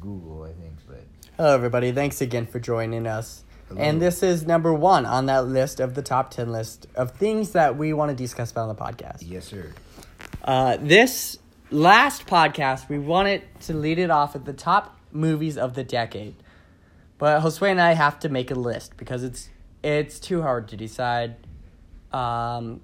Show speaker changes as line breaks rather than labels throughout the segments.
Google, I think. But
Hello, everybody. Thanks again for joining us.
Hello.
And this is number one on that list of the top 10 list of things that we want to discuss about on the podcast.
yes, sir.
Uh, this last podcast, we wanted to lead it off at the top movies of the decade. But Josue and I have to make a list because it's it's too hard to decide um,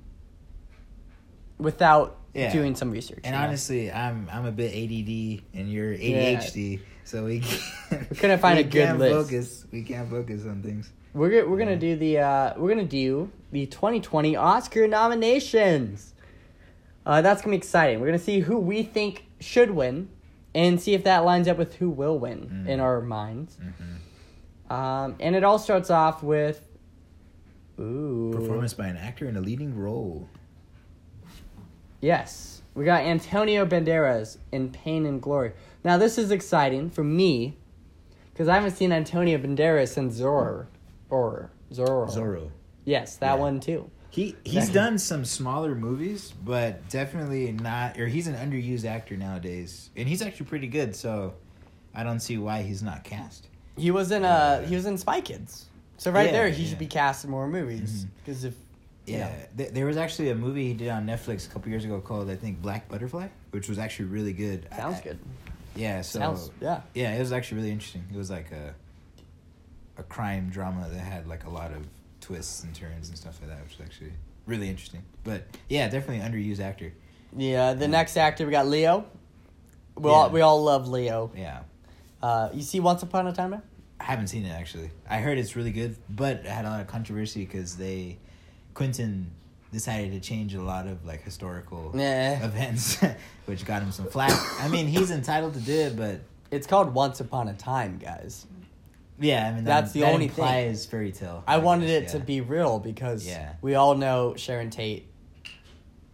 without
Yeah.
doing some research.
And
you know?
honestly, I'm I'm a bit ADD, and you're ADHD, so we can't,
We couldn't find
we
a good
can't
list.
Focus. We can't focus on things.
We're go- we're gonna do the uh, we're gonna do the 2020 Oscar nominations. Uh, that's gonna be exciting. We're gonna see who we think should win, and see if that lines up with who will win
Mm.
in our minds.
Mm-hmm.
Um, and it all starts off with, ooh,
Performance by an actor in a leading role.
Yes, we got Antonio Banderas in Pain and Glory. Now this is exciting for me, because I haven't seen Antonio Banderas since Zorro, or Zorro.
Zorro.
Yes, that
Yeah.
one too.
He he's
Exactly.
done some smaller movies, but definitely not. Or he's an underused actor nowadays, and he's actually pretty good. So I don't see why he's not cast.
He was in uh he was in Spy Kids. So right
Yeah,
there, he
yeah.
should be cast in more movies. Because if you
Yeah,
know.
Th- there was actually a movie he did on Netflix a couple years ago called I think Black Butterfly, which was actually really good. I-
sounds
I-
good.
Yeah, so
sounds yeah.
yeah, it was actually really interesting. It was like a a crime drama that had like a lot of twists and turns and stuff like that, which was actually really interesting. But yeah, definitely underused actor.
Yeah, the next actor we got Leo. We all
Yeah.
we all love Leo.
Yeah,
Uh, you see, Once Upon a Time. Now?
I haven't seen it actually. I heard it's really good, but it had a lot of controversy because they Quentin decided to change a lot of like historical
Yeah.
events, which got him some flack. I mean, he's entitled to do it, but
It's called Once Upon a Time, guys.
yeah, I mean
That's the only thing.
implies fairy tale.
I wanted it
guess,
to
yeah.
be real because
Yeah.
we all know Sharon Tate,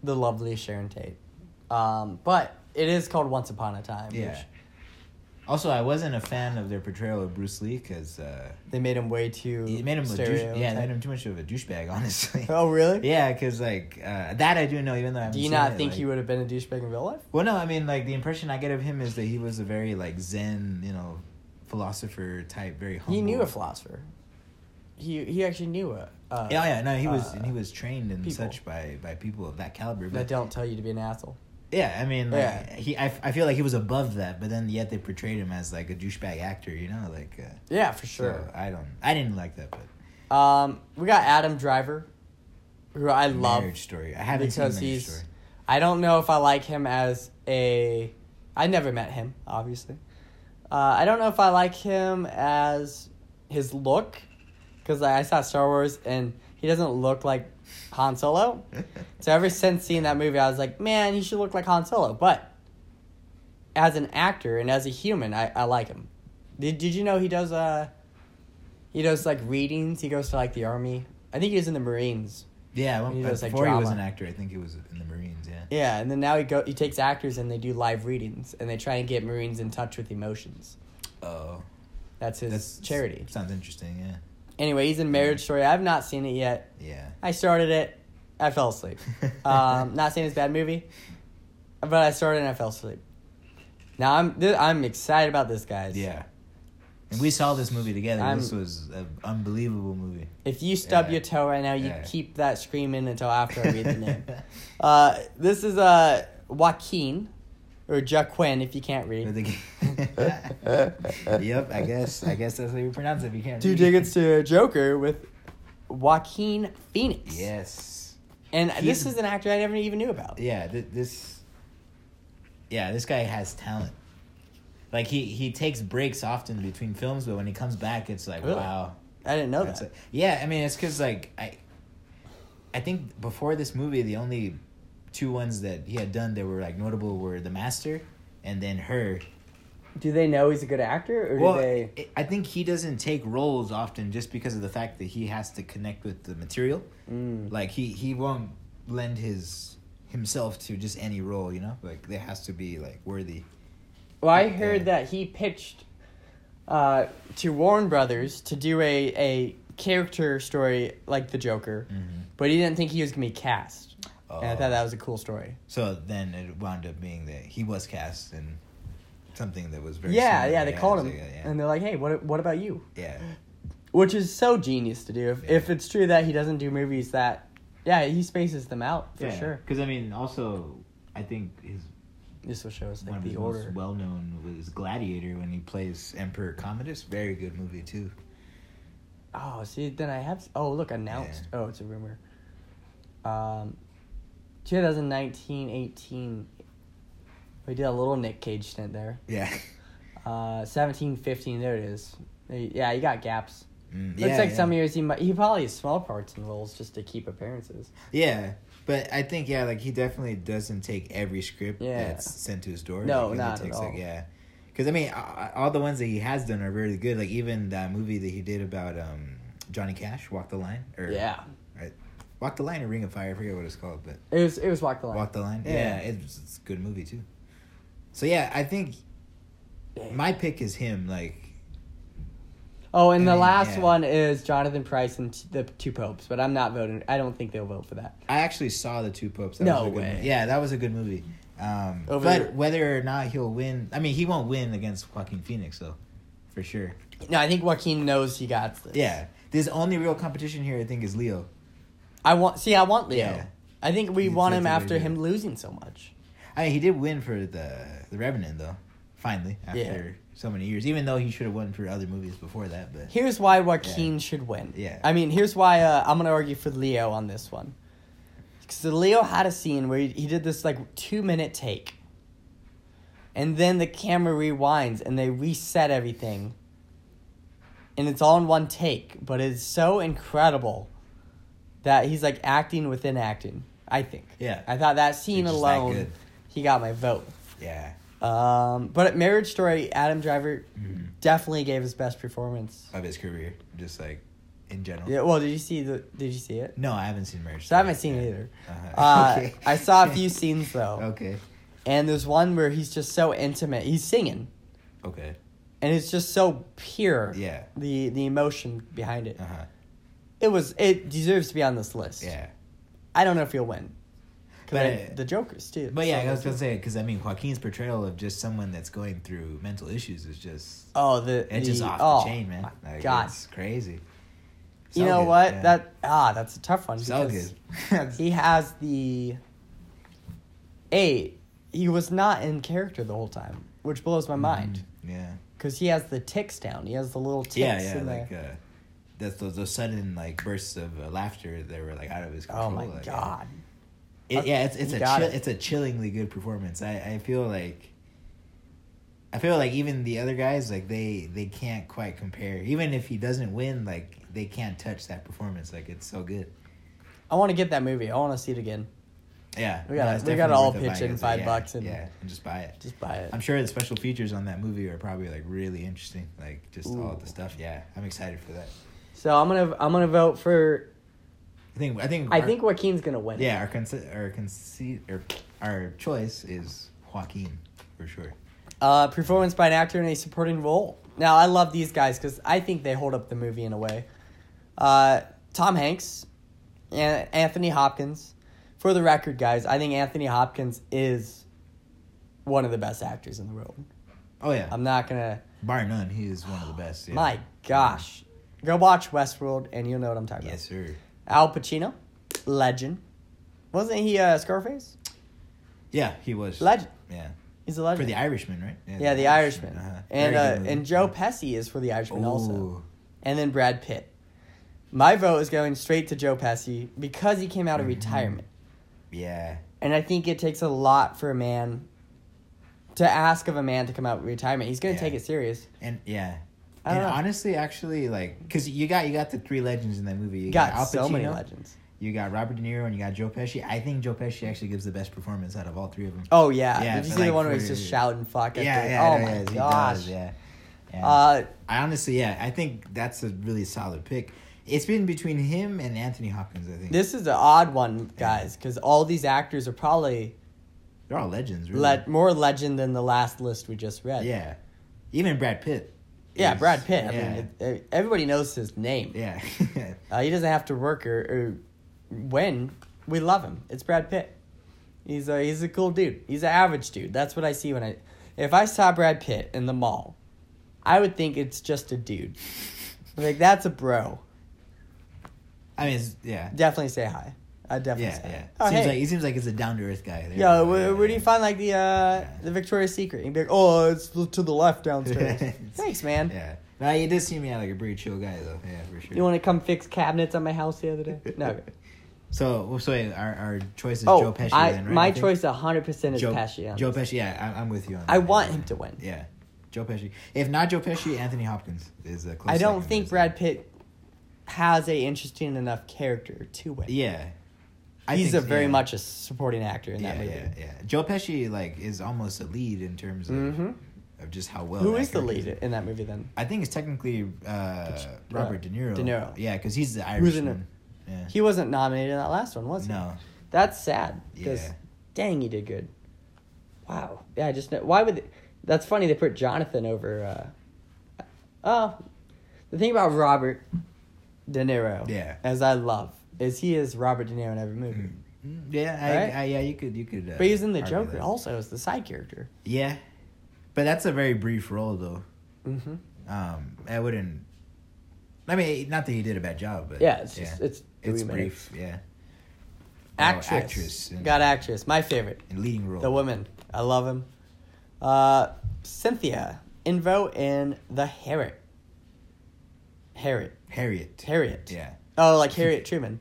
the lovely Sharon Tate. Um, but it is called Once Upon a Time.
Yeah.
which
Also, I wasn't a fan of their portrayal of Bruce Lee because uh,
they made him way too.
it made him a douche- yeah,
stereotyped.
it made him too much of a douchebag, honestly.
Oh really?
Yeah, because like uh, that I do know, even though I haven't
Do you
seen
not
it,
think
like-
he would have been a douchebag in real life?
Well, no, I mean, like the impression I get of him is that he was a very like Zen, you know, philosopher type, very humble.
He knew a philosopher. He he actually knew a. Uh,
Yeah, oh, yeah, no, he was
uh,
and he was trained and
people.
such by by people of that caliber.
That
But
don't tell you to be an asshole.
yeah, I mean, like,
Yeah.
he, I, I feel like he was above that, but then yet they portrayed him as like a douchebag actor, you know, like. Uh,
Yeah, for
so
sure.
I don't, I didn't like that, but
Um, we got Adam Driver, who I love
Marriage Story. I haven't
because
seen Marriage
he's.
Story.
I don't know if I like him as a. I never met him, obviously. Uh, I don't know if I like him as his look, because I saw Star Wars and he doesn't look like Han Solo. So ever since seeing that movie, I was like, man, he should look like Han Solo. But as an actor and as a human, I, I like him. Did Did you know he does uh he does like readings? He goes to like the army. I think he was in the Marines.
Yeah, well,
He
but
does, like,
before he was an
drama.
actor, I think he was in the Marines. Yeah.
Yeah, and then now he go he takes actors and they do live readings and they try and get Marines in touch with emotions.
Oh,
That's his
that's
charity.
Sounds interesting. Yeah.
Anyway, he's in Marriage Story. I've not seen it yet.
Yeah.
I started it. I fell asleep. um, not saying it's a bad movie, but I started and I fell asleep. Now I'm th- I'm excited about this, guys.
Yeah. And we saw this movie together.
I'm-
this was an unbelievable movie.
If you stub
Yeah.
your toe right now, you
Yeah.
keep that screaming until after I read the name. Uh, this is uh, Joaquin, or Jaquin if you can't
With
read.
the- yep, I guess. I guess that's how you pronounce it. If you can't.
Two
read.
tickets to Joker with Joaquin Phoenix.
Yes.
And this
He's-
is an actor I never even knew about.
Yeah. Th- this. Yeah, this guy has talent. Like he he takes breaks often between films, but when he comes back, it's like
Really?
wow.
I didn't know
That's
that.
it. yeah, I mean, it's because like I, I think before this movie, the only two ones that he had done that were like notable were The Master, and then her.
Do they know he's a good actor, or
Well,
do they?
I- I think he doesn't take roles often just because of the fact that he has to connect with the material.
Mm.
Like he he won't lend his himself to just any role, you know. Like there has to be like worthy.
Well, I
Yeah.
heard that he pitched uh, to Warren Brothers to do a, a character story like the Joker,
Mm-hmm.
but he didn't think he was gonna be cast. And I
Oh.
thought that was a cool story.
So then it wound up being that he was cast and. something that was very.
yeah,
similar.
yeah, they called
it
him,
was like,
and they're like, "Hey, what what about you?"
yeah, yeah.
Which is so genius to do. If
Yeah.
if it's true that he doesn't do movies, that yeah, he spaces them out for sure.
Because I mean, also, I think his
This will show us
one
like
of
the
his
order.
most well known was Gladiator when he plays Emperor Commodus. Very good movie too.
Oh, see, then I have. Oh, look, announced. Oh, it's a rumor. Um, 2019, 18. We did a little Nick Cage stint there.
Yeah.
Uh, 17, 15. There it is. Hey, Yeah, you got gaps.
Mm,
Looks
yeah,
like
yeah.
some years he might, he probably has small parts in roles just to keep appearances.
Yeah, but I think yeah, like he definitely doesn't take every script
Yeah.
that's sent to his door.
No,
like, he
not at
takes,
all.
Like, yeah, because I mean, a- a- all the ones that he has done are really good. Like even that movie that he did about um, Johnny Cash, Walk the Line, or
Yeah,
right, Walk the Line or Ring of Fire. I forget what it's called, but
it was it was Walk the Line.
Walk the Line.
Yeah.
Yeah, it's, it's a good movie too. So yeah, I think
Yeah.
my pick is him. Like
oh, and
I
the
mean,
last
yeah.
one is Jonathan Price and t- the two popes, but I'm not voting. I don't think they'll vote for that.
I actually saw the Two Popes. That
No
was a good
way.
Movie. Yeah, that was a good movie. Um,
Over-
but whether or not he'll win, I mean, he won't win against Joaquin Phoenix, though, for sure.
No, I think Joaquin knows he got this.
Yeah, his only real competition here, I think, is Leo.
I want. See, I want Leo.
Yeah.
I think we
He's
want
like
him
the
after
leader.
him losing so much.
I mean, he did win for the the Revenant, though. Finally, after so many years, even though he should have won for other movies before that, but
Here's why Joaquin should win.
Yeah.
I mean, here's why uh, I'm gonna argue for Leo on this one. Because Leo had a scene where he, he did this like two minute take, and then the camera rewinds and they reset everything, and it's all in one take. But it's so incredible that he's like acting within acting. I think.
Yeah.
I thought that scene
He's just that
alone,
good.
he got my vote.
yeah,
Um, but at Marriage Story, Adam Driver definitely gave his best performance.
Mm-hmm. of his career, just like in general.
Yeah. Well, did you see the? Did you see it?
No, I haven't seen Marriage.
So I
Story.
haven't seen it
Yeah.
either.
Uh-huh.
Uh,
Okay.
I saw a few scenes though,
Okay,
and there's one where he's just so intimate. He's singing,
okay,
and it's just so pure.
Yeah.
The the emotion behind it.
uh huh,
It was. It deserves to be on this list.
yeah.
I don't know if he'll win. 'Cause
But-
I- the Joker's too.
But yeah,
so
I was
that's-
gonna say because I mean Joaquin's portrayal of just someone that's going through mental issues is just
Oh, the
it's just
the-
off
oh,
the chain, man.
my
Like,
God,
it's crazy.
you
So
know
good,
what?
yeah.
That ah, that's a tough one.
so
because-
good.
he has the a he was not in character the whole time which blows
Mm-hmm.
my mind
yeah,
because he has the ticks down he has the little ticks
yeah, yeah.
in
Like
there.
uh, that's those, those sudden like bursts of uh, laughter that were like out of his control.
oh my
uh, like, yeah.
god
It, yeah, it's it's
You
a
got
chill,
it.
it's a chillingly good performance. I, I feel like I feel like even the other guys like they they can't quite compare. Even if he doesn't win, like they can't touch that performance. Like it's so good.
i want to get that movie i want to see it again
Yeah,
We gotta-
it's
we gotta
definitely
all
worth it
pitch
buying
in
it.
five
Yeah,
bucks and-
yeah, and just buy it.
just buy it
I'm sure the special features on that movie are probably like really interesting, like just all
Ooh.
the stuff. Yeah, I'm excited for that.
so i'm gonna i'm gonna vote for
I think I think
i
our-
think joaquin's gonna win
yeah, our consi- our conceit or our choice is Joaquin for sure.
uh performance by an actor in a supporting role now i love these guys because i think they hold up the movie in a way uh tom hanks and Anthony Hopkins. For the record, guys, I think Anthony Hopkins is one of the best actors in the world.
Oh yeah,
I'm not gonna.
bar none, he is one of the best. Yeah.
My gosh, go watch Westworld and you'll know what I'm talking
yes sir.
about. Al Pacino, legend. Wasn't he uh, Scarface?
Yeah, he was
Legend.
Yeah,
He's a
for
legend.
the Irishman, right?
yeah, The Irishman. And
Uh-huh. Very good
uh,
movie.
and Joe Pesci is for The Irishman also.
Ooh.
And then Brad Pitt. My vote is going straight to Joe Pesci because he came out of
Mhm.
retirement.
Yeah,
And I think it takes a lot for a man to ask of a man to come out of retirement. He's going to
Yeah.
take it serious.
And yeah.
I
And
don't know.
honestly, actually, like, cause you got you got the three legends in that movie. You
He
got,
got
Al
so many
Pacino,
legends.
You got Robert De Niro and you got Joe Pesci. I think Joe Pesci actually gives the best performance out of all three of them.
Oh yeah,
Yeah,
did you
but
see the
like
one where
for-
he's just shouting "fuck"? At
yeah,
the,
yeah,
oh
yeah,
my
yes, he
gosh.
does, yeah. yeah.
Uh,
I honestly, yeah, I think that's a really solid pick. It's been between him and Anthony Hopkins. I think
this is an odd one, guys, because all these actors are probably
they're all legends. Really.
le- more legend than the last list we just read.
Mm-hmm. yeah, even Brad Pitt.
yeah,
is-
Brad Pitt. I
yeah,
mean, it, it- everybody knows his name.
yeah.
Uh, he doesn't have to work or, or win. We love him. It's Brad Pitt. He's a he's a cool dude. He's an average dude. That's what I see when I. if I saw Brad Pitt in the mall, I would think it's just a dude. Like that's a bro.
I mean, it's, yeah,
Definitely say hi. I definitely
yeah,
say
yeah.
hi. Oh,
seems
hey.
like he seems like it's a down to earth guy. There
Yo,
you go.
where,
Yeah,
where do
yeah.
you find like the uh the Victoria's Secret? You'd be like, oh, it's to the left downstairs. Thanks, man.
Yeah, no, he does seem yeah like a pretty chill guy though. Yeah, for sure.
You want to come fix cabinets at my house the other day? No.
So, well, so wait, our our choice is Joe
oh,
Pesci.
I,
then, right?
my
I think?
choice 100% is
Joe
Pesci. on
Joe
this.
Pesci. Yeah, I, I'm with you on.
I
that.
want him to win.
Yeah, Joe Pesci. If not Joe Pesci, Anthony Hopkins is a close.
I don't
second,
think
isn't
Brad
it?
Pitt has a interesting enough character to win.
Yeah,
He's
think
a
so,
very
yeah.
much a supporting actor in
Yeah,
that movie.
yeah, yeah. Joe Pesci like is almost a lead in terms of,
Mhm.
of just how well.
Who
that
is the
character
lead in that movie then?
I think it's technically uh, Robert De Niro.
De Niro.
Yeah, because he's the Irish.
Who's in
one. Yeah.
He wasn't nominated in that last one, was he?
no.
That's sad. Because
Yeah.
dang, he did good. Wow. Yeah, I just know. Why would. They, that's funny they put Jonathan over. Uh, oh. The thing about Robert De Niro,
Yeah.
as I love, is he is Robert De Niro in every movie.
Mm, Yeah, I,
Right?
I, yeah, you could, you could. Uh,
But he's in The
argue
Joker
that.
also as the side character.
Yeah, but that's a very brief role though.
Mm-hmm.
Um, I wouldn't. I mean, not that he did a bad job, but
Yeah, it's just- it's three
it's
minutes.
brief. Yeah, Oh,
Actress.
actress and-
Got actress. My favorite.
in leading role.
The woman. I love him. Uh, Cynthia Invo in The Harriet. Harriet.
Harriet.
Harriet.
Yeah,
Oh, like Harriet Truman.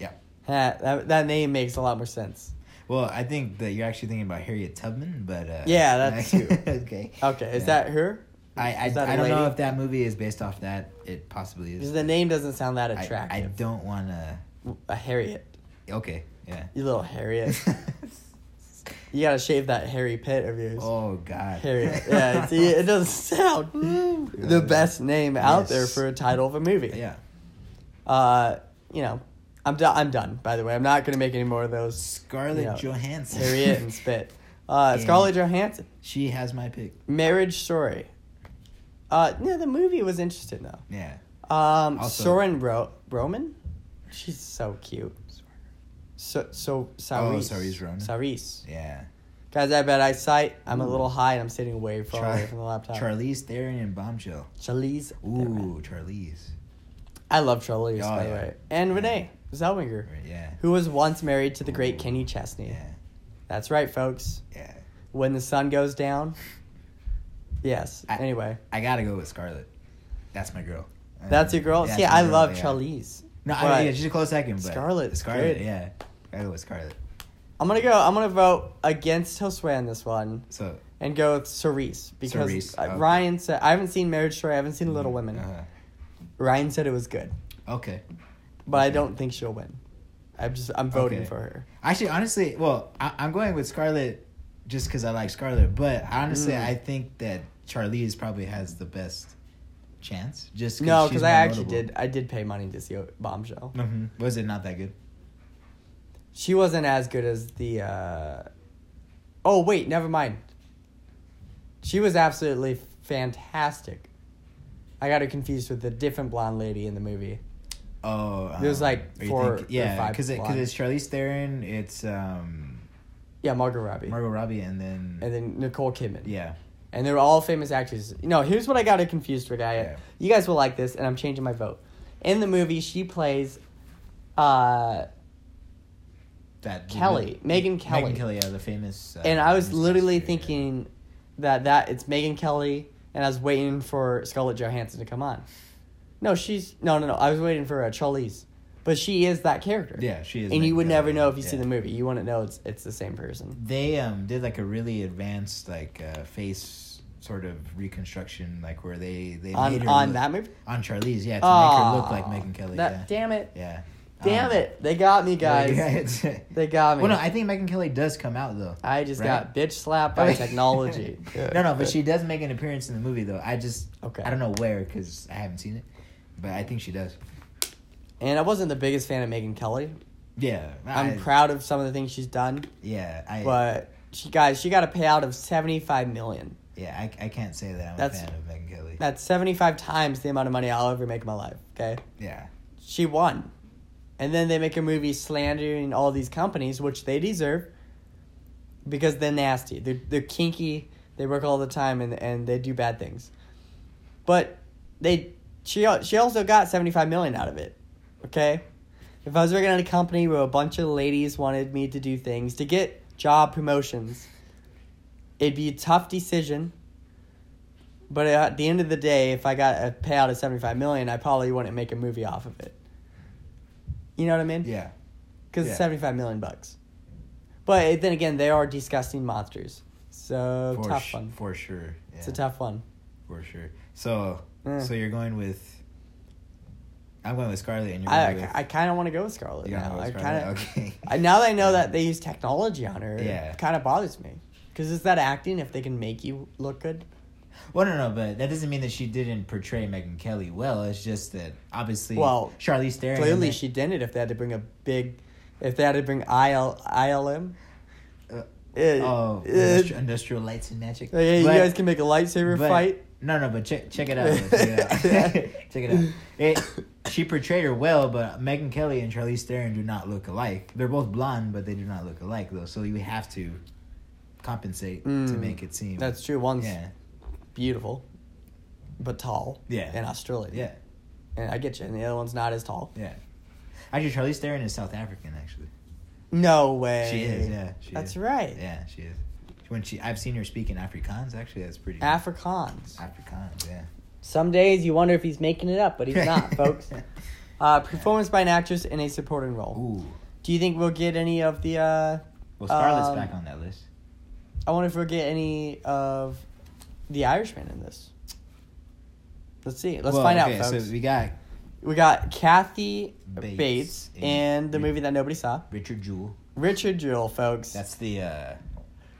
yeah.
Ha, that, that name makes a lot more sense.
Well, I think that you're actually thinking about Harriet Tubman, but uh,
Yeah, that's who.
okay.
Okay, is
Yeah.
that her?
I I,
is that a
I don't know
lady?
if that movie is based off that. It possibly is.
Because the name doesn't sound that
I, I
attractive.
don't want to.
a Harriet.
Okay, yeah.
You little Harriet. you gotta shave that hairy pit of yours.
oh God.
Harriet. Yeah, see, it doesn't sound the best name out there
Yes.
for a title of a movie.
Yeah.
Uh, you know, I'm done. I'm done. By the way, I'm not gonna make any more of those.
Scarlett
Yeah.
Johansson.
Harriet and spit. Uh,
Yeah.
Scarlett Johansson.
she has my pick.
Marriage Story. Uh, no, the movie was interesting though.
Yeah.
Um,
Also-
Soren Ro- Roman. She's so cute. So so Saris.
Oh, Saoirse Ronan.
Saris.
Yeah.
Guys, I bet I sight. I'm a little high and I'm sitting way far
Char-
away from the laptop.
Charlize Theron and Bombshell.
Charlize. Theron.
Ooh, Charlize.
I love Charlize
Oh,
by the
yeah.
way. And
Yeah.
Renee Zellweger,
Right, Yeah.
who was once married to the great
Ooh.
Kenny Chesney.
Yeah.
That's right, folks.
Yeah.
When the sun goes down. Yes.
I-
anyway,
I gotta go with Scarlett. That's my girl.
that's
Um,
your girl.
that's
See,
my
I
girl,
love
yeah.
Charlize.
No, I
but-
mean, yeah, she's a close second, but
Scarlett's
Scarlett,
good.
yeah. I go with Scarlett.
I'm gonna go. I'm gonna vote against Josue on this one.
So
and go with Cerise because
Cerise,
uh,
okay.
Ryan said I haven't seen Marriage Story, I haven't seen Little Women.
Uh-huh.
Ryan said it was good,
Okay.
but I
Okay.
don't think she'll win. I'm just I'm voting
Okay.
for her.
Actually, honestly, well, I, I'm going with Scarlett just because I like Scarlett, but honestly,
Mm.
I think that Charlize probably has the best chance. Just cause
No,
she's
because
more
I actually
notable.
did uh, I did pay money to see Bombshell.
Mhm. Was it not that good?
She wasn't as good as the. uh Oh wait, never mind. She was absolutely fantastic. I got her confused with the different blonde lady in the movie.
Oh, um,
There's, like,
are you
four
think-
or
yeah,
five
because it, 'cause
blondes.
it's Charlize Theron, it's um,
Yeah, Margot Robbie,
Margot Robbie, and then
and then Nicole Kidman.
yeah,
and they were all famous actresses. You know, here's what I got it confused with. I,
Yeah.
You guys will like this, and I'm changing my vote. In the movie, she plays uh,
that
Kelly, Megyn Kelly.
Megan Kelly, yeah, the famous. Uh,
and I was
famous
literally
actress, yeah.
thinking that that it's Megan Kelly, and I was waiting for Scarlett Johansson to come on. No, she's no, no, no. I was waiting for uh, Charlize, but she is that character.
Yeah, she is
And you
Megyn
would never
Kelly,
know if you see
yeah.
the movie. You wouldn't know it's it's the same person.
They um did like a really advanced like uh, face sort of reconstruction, like where they they
On-
made her
on
look-
that movie?
on Charlize, yeah, to make her look like
Aw,
Megan Kelly.
that-
yeah.
Damn it!
yeah.
Damn
Um,
it! They got me, guys.
yeah,
They got me.
well, no, I think Megan Kelly does come out though.
I just
Right?
got bitch slapped by technology.
no, no, but she does make an appearance in the movie though. I just
Okay.
I don't know where because I haven't seen it, but I think she does.
And I wasn't the biggest fan of Megan Kelly.
Yeah,
I'm
I-
proud of some of the things she's done,
Yeah, I
but she guys, she got a payout of 75 million.
yeah I, I can't say that I'm
That's-
a fan of Megan Kelly.
That's 75 times the amount of money I'll ever make in my life. Okay,
yeah,
she won, and then they make a movie slandering all these companies, which they deserve, because they're nasty, they're they're kinky, They work all the time and and they do bad things. But they she al- she also got 75 million out of it. Okay? If I was working at a company where a bunch of ladies wanted me to do things to get job promotions, it'd be a tough decision. But at the end of the day, if I got a payout of 75 million, I probably wouldn't make a movie off of it. You know what I mean?
Yeah.
Because
Yeah.
it's 75 million bucks. But then again, they are disgusting monsters. So
for
tough
sh-
one.
For sure. Yeah,
It's a tough one. Eh.
For sure. So
Yeah.
so you're going with. I'm going with Scarlet, and you're
I,
going with.
I kind of want to go with Scarlet
you're
now.
going
I
with
kind
Scarlet?
of
Okay.
I, now that I know that they use technology on her.
Yeah.
It kind of bothers me because it's that acting. If they can make you look good,
Well, no, no, but that doesn't mean that she didn't portray Megan Kelly well. It's just that obviously,
Well,
Charlize Theron.
clearly she didn't. If they had to bring a big, if they had to bring IL ILM.
Uh,
It-
Oh,
it-
industri- industrial lights and magic.
yeah, eh, you
But-
guys can make a lightsaber
but-
fight.
No, no, but check check it out. though, check it out. check it out. It, she portrayed her well, but Megan Kelly and Charlize Theron do not look alike. They're both blonde, but they do not look alike though. So you have to compensate to
Mm,
make it seem.
That's true. One's
yeah,
beautiful, but tall.
Yeah.
In Australia.
yeah,
And I get you. And the other one's not as tall.
yeah. Actually, Charlize Theron is South African. Actually,
No way.
she is. Yeah, she
That's
is.
right.
Yeah, she is. When she, I've seen her speak in Afrikaans. Actually, that's pretty.
Afrikaans.
Afrikaans. Yeah.
Some days you wonder if he's making it up, but he's not, folks. Uh, performance by an actress in a supporting role.
Ooh.
Do you think we'll get any of the? Uh,
Well, Scarlett's
Um,
back on that list.
I wonder if we'll get any of the Irishman in this. Let's see. Let's
Well,
find
okay,
out, folks.
So
we,
we got
got Kathy
Bates
Bates,
in-
in the movie that nobody saw.
Richard Jewell.
Richard Jewell, folks.
That's the uh,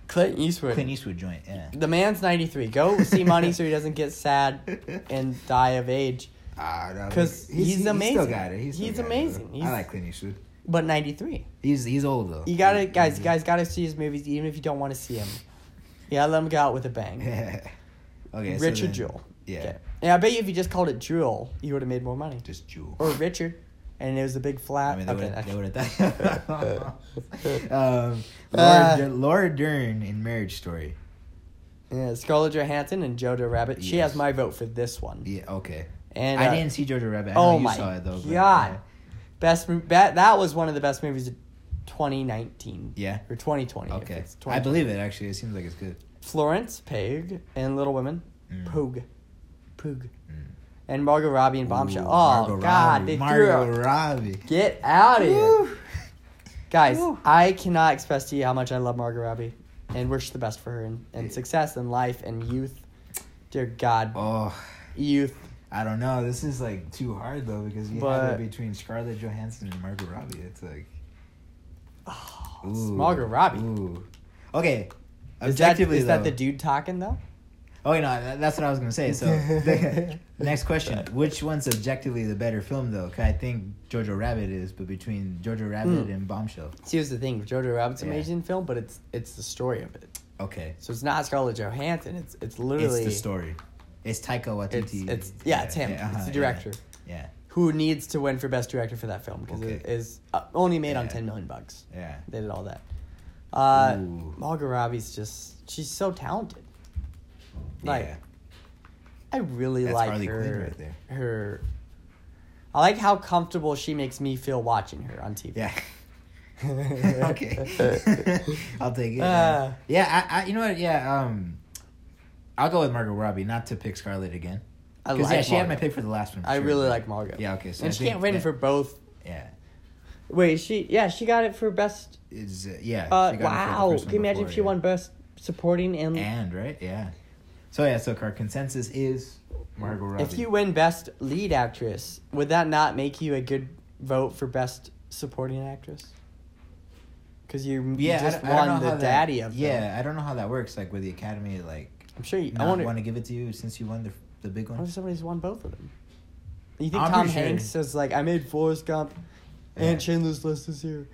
Clint Eastwood.
Clint Eastwood joint. Yeah.
The man's ninety three. Go see money so he doesn't get sad and die of age.
Because
'Cause he's
Still
amazing.
got it. He's, still
He's
got it,
amazing.
though. I
He's-
like Clint Eastwood.
But ninety three.
He's he's old though.
You gotta, guys, guys, gotta see his movies, even if you don't want to see him. Yeah, let him go out with a bang.
okay. so
Richard
then-
Jewell.
Yeah.
Okay. Yeah, I bet you if you just called it Jewel, you would have made more money.
Just Jewel.
Or Richard, and it was a big
I
flat.
mean, they
okay,
would
that's-
they would have done. um, Laura,
Ah.
Dur- Laura Dern in Marriage Story.
yeah, Scarlett Johansson and Jojo Rabbit. She
Yes.
has my vote for this one.
Yeah. Okay.
And
I
uh,
didn't see Jojo Rabbit. I know
Oh
you
my
saw it though. but-
god, best mo- that that was one of the best movies of 2019.
Yeah.
or 2020. if
Okay.
it's
I
2020.
believe it. Actually, it seems like it's good.
Florence Pig and Little Women.
Mm.
Poog, Poog,
Mm.
and Margot Robbie and Bombshell.
Ooh,
oh
Margot
god,
Robbie.
they
Margot
threw. her-
Robbie.
Get out of here.
Woo.
Guys,
Woo.
I cannot express to you how much I love Margot Robbie and wish the best for her and,
Yeah.
and success and life and youth. Dear God,
Oh,
youth.
I don't know. This is like too hard though because you have
But-
it between Scarlett Johansson and Margot Robbie. It's like
Oh, it's
ooh,
Margot Robbie.
Ooh. Okay.
Is, that,
Objectively,
is that
though-
the dude talking, though?
Oh, no, that- that's what I was gonna say. So, next question: Which one's objectively the better film, though? 'Cause I think Jojo Rabbit is, but between Jojo Rabbit
Mm.
and Bombshell.
See, here's the thing. Jojo Rabbit's an
Yeah.
amazing film, but it's it's the story of it.
Okay,
So it's not Scarlett Johansson. It's it's literally
it's the story. It's Taika
It's,
Waititi.
it's yeah, it's him. it's
uh-huh,
the director
Yeah,
who needs to win for best director for that film because it
Okay.
is uh, only made on
Yeah.
ten million bucks.
yeah. yeah.
They did all that. Uh,
Ooh.
Margot Robbie's just she's so talented. Like
yeah.
I really
That's
like
Harley
her.
Quinn right there.
Her. I like how comfortable she makes me feel watching her on TV.
Yeah. okay. I'll take it.
Ah.
yeah, I, I you know what? Yeah, um I'll go with Margot Robbie, not to pick Scarlett again.
I
Because
like.
yeah, she had my
Margot.
pick for the last one. for
I
sure.
really like Margot.
Yeah, okay. So I
and she
think
can't win
that-
for both.
Yeah.
Wait, she yeah she got it for best.
Is uh, yeah.
Uh,
she got it for the
wow!
first
Can
one
you imagine
before,
if she
yeah.
won best supporting and,
And right, yeah. So yeah, so our consensus is Margot Robbie.
if you win best lead actress, would that not make you a good vote for best supporting actress? Because you,
yeah,
you
I
just
don't- I don't
won
know
the
how that-
daddy of them.
yeah. I don't know how that works. Like with the Academy, like
I'm sure. You, I
not
wonder.
want to give it to you since you won the the big
I wonder
one.
if somebody's won both of them. You think
I'm
Tom
pretty sure-
Hanks is like, I made Forrest Gump
Yeah.
and Chandler's List is here.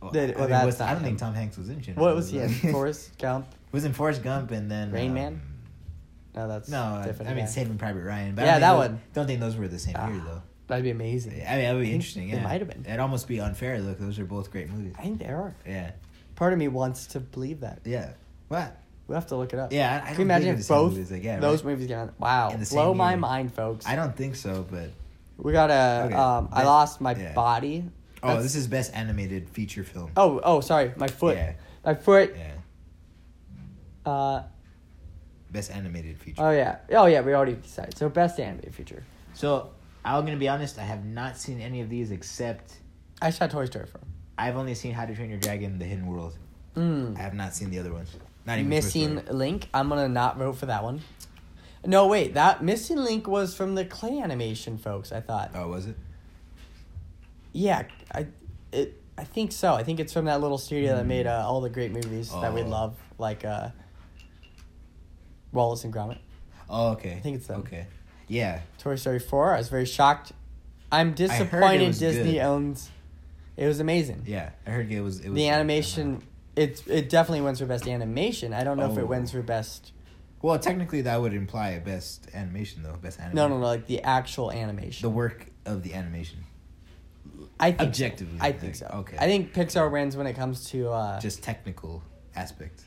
Well,
That-
I,
well,
mean,
that's
what's- I
not
don't
him.
think Tom Hanks was in. Chandler
What was he in?
List.
Forrest Gump?
was in Forrest Gump and then
Rain
um,
Man? No, that's
No, I-
different.
I mean
guy.
Saving Private Ryan. But
Yeah,
I don't
that
think those-
one.
Don't think those were the same
Ah.
year though.
That'd be amazing.
I mean, that would be
think
interesting.
they
Yeah,
might have been.
It'd almost be unfair though. 'cause Those are both great movies.
I think they are.
Yeah,
Part of me wants to believe that.
yeah. What?
We'll have to look it up.
Yeah, I, I
Can
don't
you imagine
think of
if
the same
both
movies like, yeah,
those
right?
movies get on? Wow,
In the
blow
same
my
year.
mind, folks.
I don't think so, but
we got a.
Okay,
Um, I
that-
lost my
yeah.
body.
oh,
That's-
this is best animated feature film.
Oh, oh, sorry, my foot.
Yeah.
My foot.
Yeah,
Uh,
best animated feature.
oh yeah, oh yeah. We already decided. So best animated feature.
so I'm gonna be honest. I have not seen any of these except
I shot Toy Story from.
I've only seen How to Train Your Dragon: The Hidden World. I
Mm.
have not seen the other ones. Not even Toy
Missing
Story.
Link. I'm gonna not vote for that one. No, wait. That Missing Link was from the clay animation, folks. I thought.
Oh, was it?
Yeah, I it I think so. I think it's from that little studio that made uh, all the great movies that we
Oh.
love, like uh, Wallace and Gromit,
Oh, okay. I
think it's them.
Okay. Yeah.
Toy Story Four. I was very shocked. I'm
heard it
disappointed
was
Disney
good.
owns. It was amazing.
Yeah. I heard it was. It was
the animation, it it definitely wins for best animation. I don't know if it
Oh.
wins for best.
Well, technically, that would imply a best animation, though. Best animation.
No, no, no, like the actual animation.
The work of the animation.
I think so.
objectively,
I
like,
think so.
okay.
I think Pixar wins when it comes to uh,
Just technical aspect.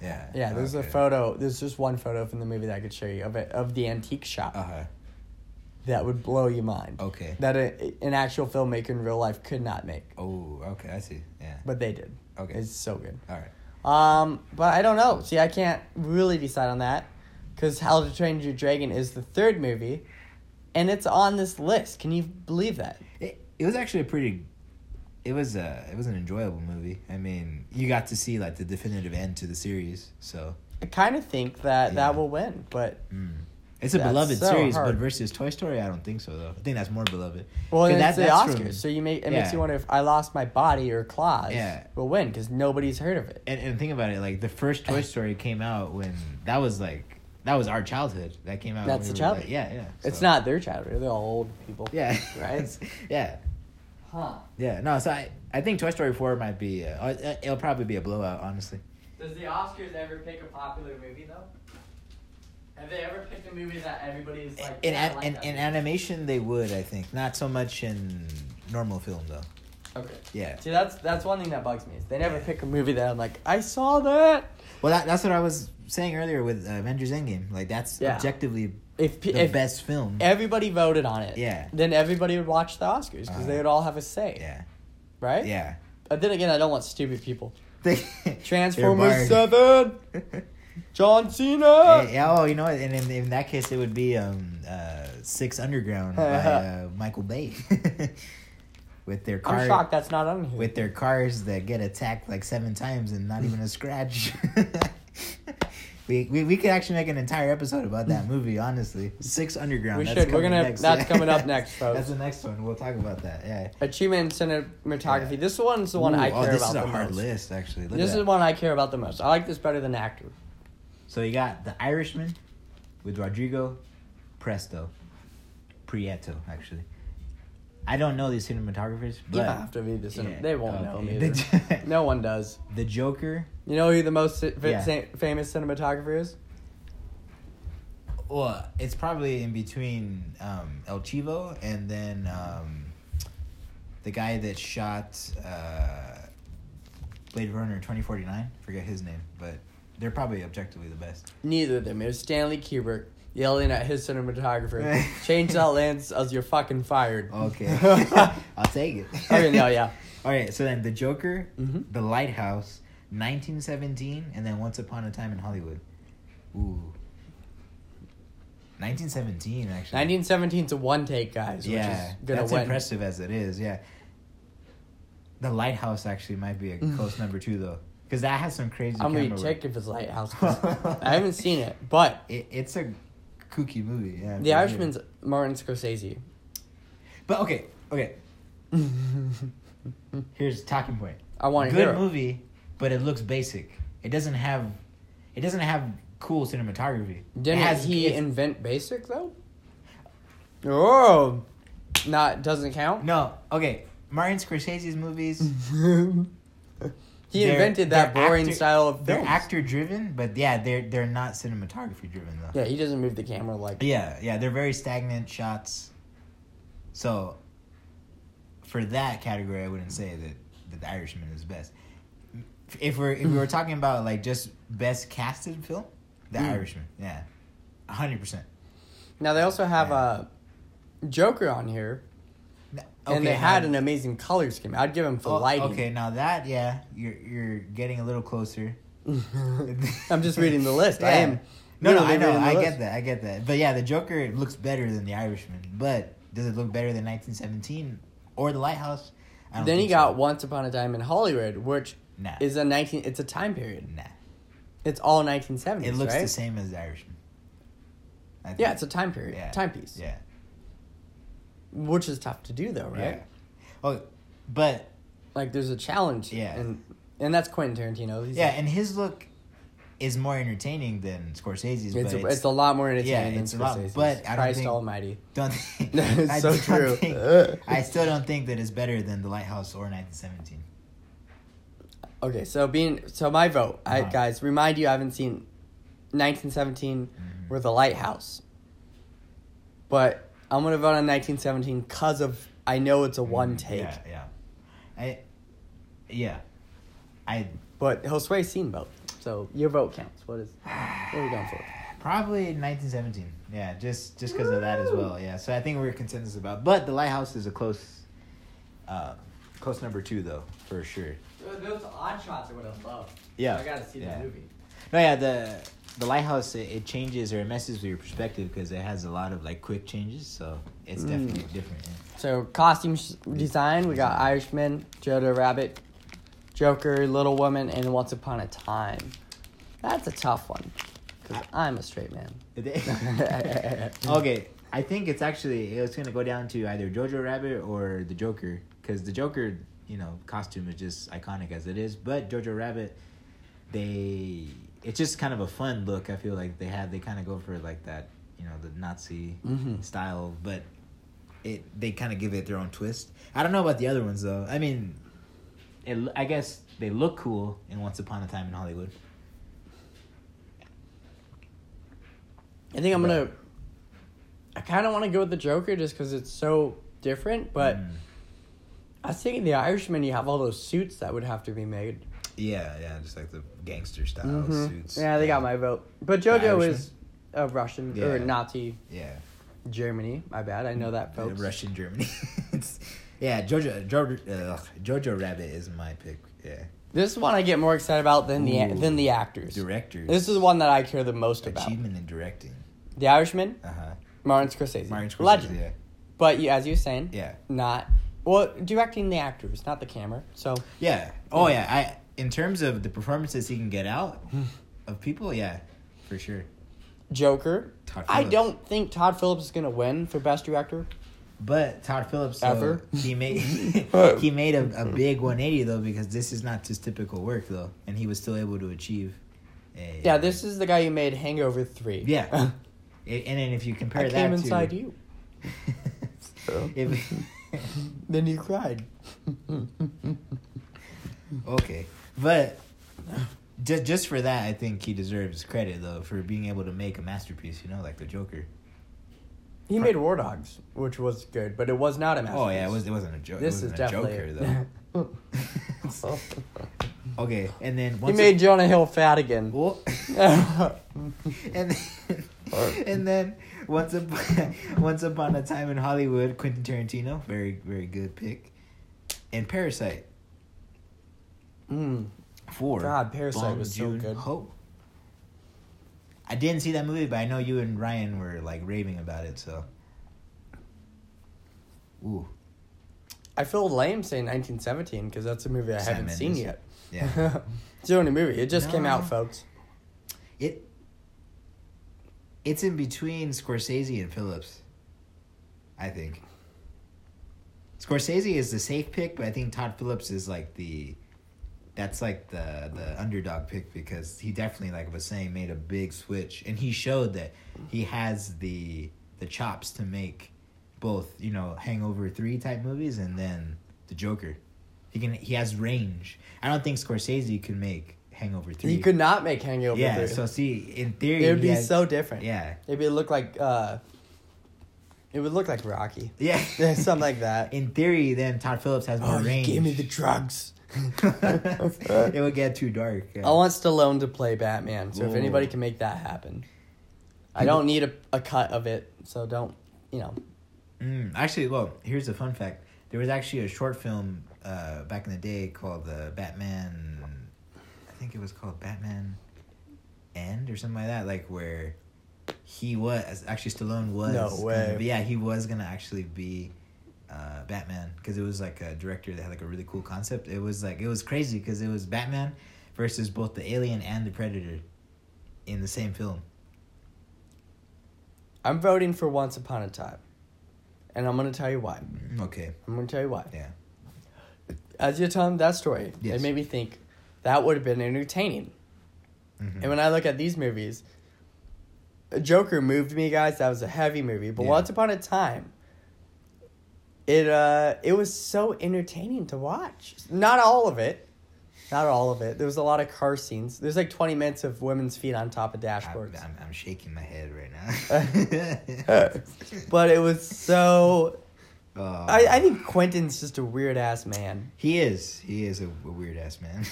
Yeah.
Yeah, there's a photo. There's just one photo from the movie that I could show you of it of the antique shop
Uh huh.
that would blow your mind.
Okay.
That a, an actual filmmaker in real life could not make,
Oh, okay. I see. Yeah.
but they did.
Okay.
It's so good.
All right.
Um, but I don't know. See, I can't really decide on that because How to Train Your Dragon is the third movie, and it's on this list. Can you believe that?
It, it was actually a pretty. It was a. It was an enjoyable movie. I mean, you got to see like the definitive end to the series, so.
I kind of think that
Yeah.
that will win, but
Mm. It's a
That's
beloved
so
series,
hard.
but versus Toy Story, I don't think so though. I think that's more beloved.
well,
'Cause
and
that-
it's the
that's
Oscars,
from-
so you make it makes
yeah.
you wonder if I lost my body or claws
Yeah.
will win because nobody's heard of it.
and, and think about it, like the first Toy Story came out when that was like that was our childhood. That came out. when
That's
we
the
were,
childhood.
like- yeah, yeah.
It's
so-
not their childhood. They're all old people.
Yeah.
Right?
yeah.
Huh.
Yeah. No. So I, I think Toy Story four might be. Uh, uh, it'll probably be a blowout, honestly.
Does the Oscars ever pick a popular movie though? Have they ever picked a movie that everybody's like?
in an in, e-, in animation, they would. I think not so much in normal film though.
okay.
Yeah.
See, that's that's one thing that bugs me is they never
Yeah.
pick a movie that I'm like, I saw that.
Well, that, that's what I was saying earlier with uh, Avengers Endgame. Like that's
Yeah.
objectively
If pe-
the
if
best film.
everybody voted on it,
Yeah.
then everybody would watch the Oscars because
Uh-huh.
they would all have a say,
Yeah.
right?
Yeah.
But then again, I don't want stupid people.
They-
Transformers
they're
Seven,
barred.
John Cena.
Eh, yeah, oh, you know, what, and in, in that case, it would be um, uh, Six Underground by uh, Michael Bay, with their
I'm
car,
shocked that's not on here.
with their cars that get attacked like seven times and not even a scratch. we, we we could actually make an entire episode about that movie. Honestly, Six Underground.
We should. We're gonna- that's coming up next, folks.
That's the next one. We'll talk about that. Yeah.
Achievement in cinematography.
Yeah.
This one's the one I
Ooh,
care
oh, this
about
is a
the
hard
most.
list, actually. Look
This
at
is
that.
the one I care about the most. I like this better than actor.
So you got the Irishman with Rodrigo Presto. Prieto, actually. I don't know these cinematographers,
You
but
don't have to read this. in-
Yeah.
They won't
Okay.
know me. either. no one does.
the Joker.
You know who the most ci- fa-
Yeah.
sa- famous cinematographer is?
Well, it's probably in between um, El Chivo and then um, the guy that shot uh, Blade Runner twenty forty nine. Forget his name, but they're probably objectively the best.
Neither of them. It was Stanley Kubrick yelling at his cinematographer, "Change that lens, as you're fucking fired."
Okay, I'll take it.
okay. No. Oh, Yeah.
All right, so then The Joker,
Mhm.
The Lighthouse, 1917, and then Once Upon a Time in Hollywood. Ooh. 1917, actually.
1917's a one take, guys.
yeah,
Which is gonna
that's
win.
impressive as it is, yeah. The Lighthouse actually might be a close number two, though, because that has some crazy
I'm gonna
camera
check
work.
if it's Lighthouse. 'cause I haven't seen it, but
It, it's a kooky movie, yeah. for
The
sure.
Irishman's Martin Scorsese.
But okay, okay, here's talking point.
I want to
good
hear. it.
movie, but it looks basic. It doesn't have, it doesn't have cool cinematography.
Didn't
it has,
he
it's-
invent basic though? Oh, not doesn't count.
no, okay. Martin Scorsese's movies.
Mm-hmm. he
they're-
invented that
they're
boring
actor-
style of
They're
films.
actor driven, but yeah, they're they're not cinematography driven though.
yeah, he doesn't move the camera like.
Yeah, yeah, they're very stagnant shots. So, for that category, I wouldn't say that, that The Irishman is best. M- if we're if we were talking about like just best casted film, The
Mm.
Irishman. Yeah, hundred percent.
Now they also have
Yeah.
uh Joker on here, and they had an amazing color scheme. I'd give him for lighting.
Oh, Okay, now that yeah, you're you're getting a little closer.
I'm just reading the list. I am.
No, no,
literally
I know.
reading the
I
list.
get that. I get that. But yeah, the Joker looks better than the Irishman. But does it look better than 1917 or the Lighthouse? I
Then you
think
got
so.
Once Upon a Time in Hollywood, which
Nah.
is a nineteen. It's a time period.
Nah.
It's all 1970s.
It looks
right?
the same as the Irishman. I
Yeah,
think.
it's a time period,
Yeah.
timepiece,
Yeah.
which is tough to do though, right?
Yeah. Oh, but
Like there's a challenge.
Yeah.
and and that's Quentin Tarantino. He's
yeah,
like-
and his look is more entertaining than Scorsese's.
it's,
but
a, it's, a lot more entertaining
yeah,
than
it's a lot,
Scorsese's.
but I don't
Christ
think-
Almighty.
Don't think,
It's
I
so
don't
true.
think-
Ugh.
I still don't think that it's better than The Lighthouse or 1917.
Okay, so being so my vote, I,
Uh-huh.
guys, remind you I haven't seen 1917
Mhm.
or The Lighthouse. But I'm going to vote on 1917 cuz of I know it's a one take.
Mm-hmm. Yeah, yeah. I, yeah. I
But Josue's seen both. So your vote counts. What is What are we going for?
probably 1917. Yeah, just just because of that as well. Yeah, so I think we're consensus about. But The Lighthouse is a close, uh, close number two though for sure.
Those odd shots I would have loved.
Yeah.
I got to see
Yeah.
the movie.
No, yeah, the the lighthouse it, it changes or it messes with your perspective because it has a lot of like quick changes, so it's
Mm.
definitely different.
So costume s- design, we got Irishman, Jodo Rabbit, Joker, Little Woman, and Once Upon a Time. That's a tough one because I'm a straight man.
Yeah. okay, I think it's actually it's gonna go down to either Jojo Rabbit or the Joker because the Joker, you know, costume is just iconic as it is, but Jojo Rabbit, they it's just kind of a fun look. I feel like they had they kind of go for like that, you know, the Nazi
Mhm.
style, but it they kind of give it their own twist. I don't know about the other ones though. I mean, it I guess they look cool in Once Upon a Time in Hollywood.
I think I'm
Right.
gonna. I kind of want to go with the Joker just because it's so different, but
Mm.
I was thinking the Irishman. You have all those suits that would have to be made.
Yeah, yeah, just like the gangster style
Mhm.
Oh, suits.
Yeah, they got my vote. But JoJo
Irishman?
is a Russian or
Yeah.
Nazi
yeah,
Germany. My bad. I know that,
the
folks.
Russian Germany. It's- yeah, Jojo Jojo, uh, Jojo Rabbit is my pick. Yeah,
This is one I get more excited about than the
Ooh.
than the actors.
directors.
This is the one that I care the most about.
achievement in directing.
The Irishman,
Uh huh.
Martin Scorsese.
Martin Scorsese.
Legend.
Yeah,
But you, as you were saying,
yeah,
not well directing the actors, not the camera. So
yeah. Oh yeah, I in terms of the performances he can get out of people, yeah, for sure.
Joker.
Todd
I
Phillips.
don't think Todd Phillips is gonna win for best director.
But Todd Phillips though,
Ever?
he made he made a, a big 180 though because this is not his typical work though, and he was still able to achieve. A,
Yeah, this is the guy who made Hangover Three.
Yeah. A- and then if you compare
I
that
came
to
inside you.
if,
Then you cried.
okay, but just just for that, I think he deserves credit though for being able to make a masterpiece. You know, like the Joker.
he made War Dogs, which was good, but it was not a masterpiece.
Oh yeah, it was it wasn't a joke.
This
it
is
wasn't a
definitely
Joker though. okay, and then
he
once
made Jonah Hill fat again.
Well, and then, and then once upon once upon a time in Hollywood, Quentin Tarantino, very very good pick, and Parasite
Mm.
four.
God, Parasite was so good.
Ho. I didn't see that movie, but I know you and Ryan were like raving about it. So, ooh,
I feel lame saying 1917 because that's a movie I
Sam
haven't
Mendes.
seen yet.
yeah,
it's the only movie. It just came
No.
out, folks.
it. It's in between Scorsese and Phillips. I think. Scorsese is the safe pick, but I think Todd Phillips is like the. That's like the the underdog pick because he definitely like I was saying made a big switch and he showed that he has the the chops to make both you know Hangover three type movies and then the Joker. He can he has range. I don't think Scorsese could make Hangover three.
He could not make Hangover
Yeah,
3.
so see, in theory,
it would be
yeah,
so different.
Yeah,
Maybe it look like uh, it would look like Rocky,
yeah,
something like that.
In theory, then Todd Phillips has more
oh, you
range.
gave me the drugs.
it would get too dark. yeah.
I want Stallone to play Batman, so if
Whoa.
anybody can make that happen. I don't need a, a cut of it, so don't, you know.
Mm, actually, well, here's a fun fact. There was actually a short film uh, back in the day called uh, Batman. I think it was called Batman End or something like that. Like where he was actually Stallone was.
No way.
Gonna, yeah, he was gonna actually be uh, Batman because it was like a director that had like a really cool concept. It was like it was crazy because it was Batman versus both the alien and the predator in the same film.
I'm voting for Once Upon a Time. And I'm going to tell you why.
Mm, Okay.
I'm going to tell you why.
Yeah.
As you're telling that story,
Yes.
it made me think that would have been entertaining.
Mhm.
And when I look at these movies, Joker moved me, guys. That was a heavy movie. But
Yeah.
Once Upon a Time, it uh, it was so entertaining to watch. Not all of it, not all of it. There was a lot of car scenes. There's like twenty minutes of women's feet on top of
I'm,
dashboards.
I'm, I'm shaking my head right now.
But it was so.
Oh.
I, I think Quentin's just a weird ass man.
he is. He is a, weird ass man.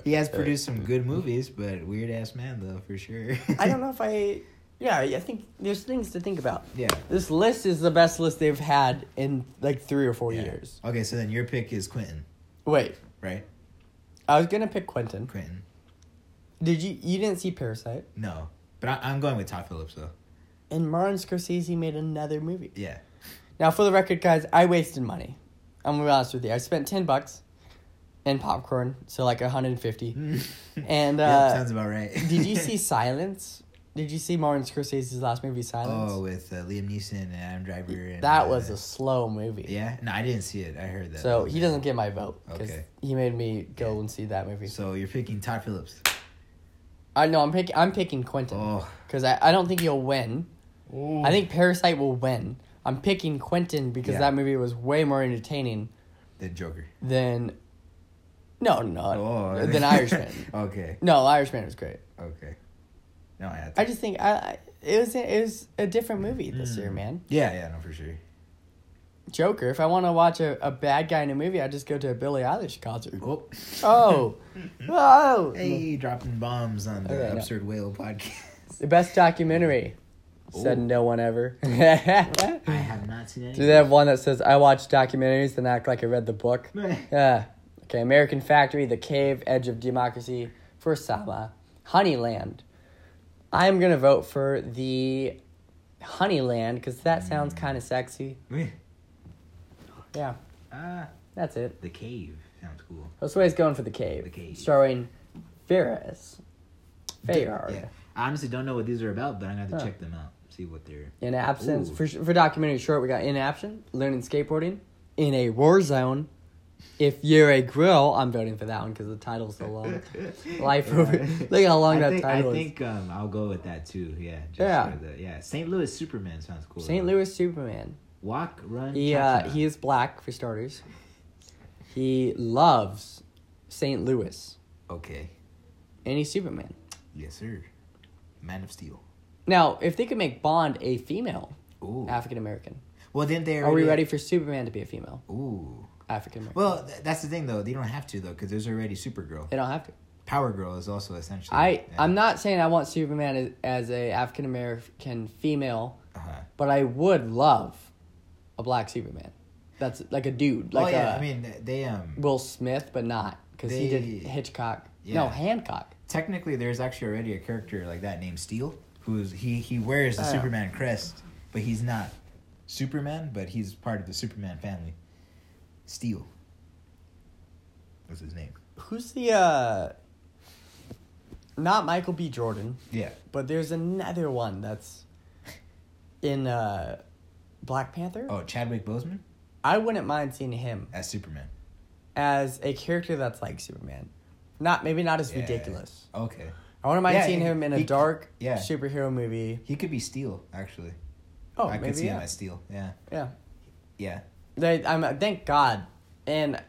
he has produced some good movies, but weird ass man though for sure.
I don't know if I. Yeah, I think there's things to think about.
Yeah.
This list is the best list they've had in like three or four
Yeah.
years.
Okay, so then your pick is Quentin,
Wait,
right?
I was gonna pick Quentin.
Quentin.
Did you you didn't see Parasite?
No, but I, I'm going with Todd Phillips though.
And Martin Scorsese made another movie.
Yeah.
Now, for the record, guys, I wasted money. I'm gonna be honest with you. I spent ten bucks, and popcorn, so like 150. And, uh,
sounds about right.
Did you see Silence? Did you see Martin Scorsese's last movie, Silence?
oh, with uh, Liam Neeson and Adam Driver. And,
that
uh,
was a slow movie.
Yeah. No, I didn't see it. I heard that.
So he doesn't get my vote because
Okay.
he made me go and see that movie.
So you're picking Todd Phillips.
I know I'm picking. I'm picking Quentin
Oh.
because I, I don't think he'll win. I think Parasite will win. I'm picking Quentin because
Yeah.
that movie was way more entertaining
the Joker.
than. No, no,
Oh.
than Irishman.
okay.
No, Irishman was great.
Okay. No, I had to.
I just think I, I it was it was a different movie this
Hmm.
year, man.
yeah, yeah, no, for sure.
Joker. If I want to watch a, a bad guy in a movie, I just go to a Billie Eilish concert.
Oh.
Oh, oh!
Hey, dropping bombs on the
Okay, no.
Absurd Whale podcast.
The best documentary. Said
Ooh.
no one ever.
I have not seen any.
Do they have one that says I watch documentaries and act like I read the book? Yeah. Okay, American Factory, The Cave, Edge of Democracy, First Sama, Honeyland. I'm gonna vote for the Honeyland because that sounds kind of sexy. Yeah,
Ah,
that's it.
the cave sounds cool.
Josue's going for the Cave,
The Cave.
starring Ferris, Fayard.
Yeah, I honestly don't know what these are about, but I'm gonna have to
Huh.
check them out, see what they're.
In absence
Ooh.
for for documentary short, we got in action, learning skateboarding, in a war zone. If you're a grill, I'm voting for that one because the title's so long. Life
Yeah.
over. Look how long
I
that
think,
title
I
is.
think um, I'll go with that too. Yeah. Just
Yeah.
For the, yeah. St. Louis Superman sounds cool.
St.
though.
Louis Superman.
Walk, run.
He uh,
cha-cha.
he is black for starters. He loves St. Louis,
Okay.
and he's Superman.
Yes, sir. Man of Steel.
Now, if they could make Bond a female
Ooh.
African American,
well, didn't they?
are we
already-
ready for Superman to be a female
Ooh.
African American?
Well, th- that's the thing though. They don't have to though, because there's already Supergirl.
they don't have to.
Power Girl is also essentially.
I I'm not saying I want Superman as, as a African American female,
Uh-huh.
but I would love a black Superman. That's like a dude,
Well,
like
yeah.
a
I mean, th- they um.
Will Smith, but not because he did
They-
Hitchcock. No
Yeah.
Hancock.
Technically, there's actually already a character like that named Steel, who's he he wears the
Oh.
Superman crest, but he's not Superman, but he's part of the Superman family. Steel. What's his name?
Who's the uh? Not Michael B. Jordan,
Yeah.
but there's another one that's in uh, Black Panther.
Oh, Chadwick Boseman
I wouldn't mind seeing him
as Superman.
as a character that's like Superman, not maybe not as
Yeah.
ridiculous.
Okay.
I wouldn't mind
Yeah,
seeing
he-
him in a
he-
dark
yeah.
superhero movie.
He could be Steel, actually.
Oh,
I
maybe
could see
yeah.
him as Steel. Yeah.
yeah.
Yeah.
They, I'm uh, thank God, and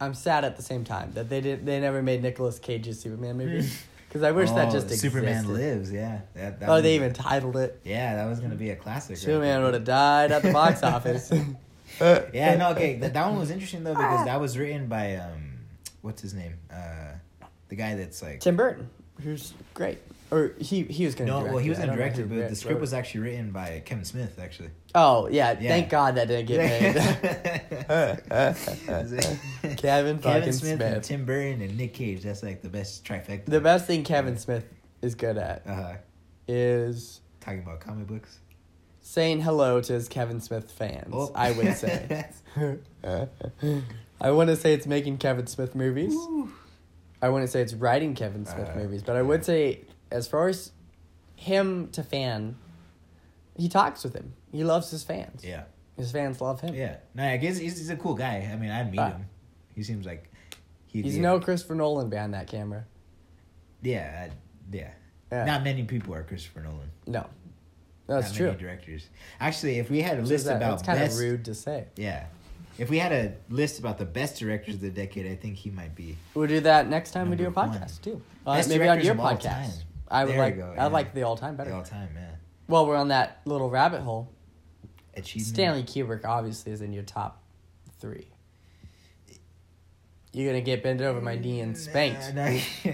I'm sad at the same time that they did. They never made Nicolas Cage's Superman movie because I wish that
Oh,
just existed.
Superman lives. Yeah. That, that
Oh,
was-
they even titled it.
Yeah, that was gonna be a classic. right
Superman
there.
would have died at the box office.
Yeah, no, okay. That, that one was interesting though because that was written by um what's his name? Uh, the guy that's like
Tim Burton, who's great, or he he was going to
no,
direct.
well, he
it.
was
I
in
don't know
director,
who
but
wrote-
the script
wrote
was
it.
actually written by Kevin Smith, actually.
Oh yeah,
Yeah.
thank God that didn't get made. Kevin fucking
and
Smith.
Tim Burton, and Nick Cage. That's like the best trifecta.
the best thing Kevin Smith is good at
Uh,
is
talking about comic books.
saying hello to his Kevin Smith fans.
Oh.
I would say. I want to say it's making Kevin Smith movies.
Woo.
I wouldn't say it's writing Kevin Smith
Uh,
movies, but I would say as far as him to fan, he talks with him. He loves his fans.
Yeah,
His fans love him.
yeah. No, I guess he's, he's a cool guy. I mean, I meet
Ah.
him. He seems like he'd
He's
be-
no Christopher Nolan behind that camera.
Yeah, I, yeah,
Yeah.
Not many people are Christopher Nolan.
No. That's
Not
true.
Many directors. Actually, if we had a list
That-
about
that's kind
best,
of rude to say.
yeah, if we had a list about the best directors of the decade, I think he might be.
We'll do that next time we do a
Number one.
podcast too. Uh,
Best
maybe on
directors
your
of all
podcast.
time.
I would
There you
like
go,
I
yeah.
like the all time better.
All time, man.
Well, we're on that little rabbit hole.
Achievement.
Stanley Kubrick obviously is in your top three. You're gonna get bent over my knee and spanked.
Nah,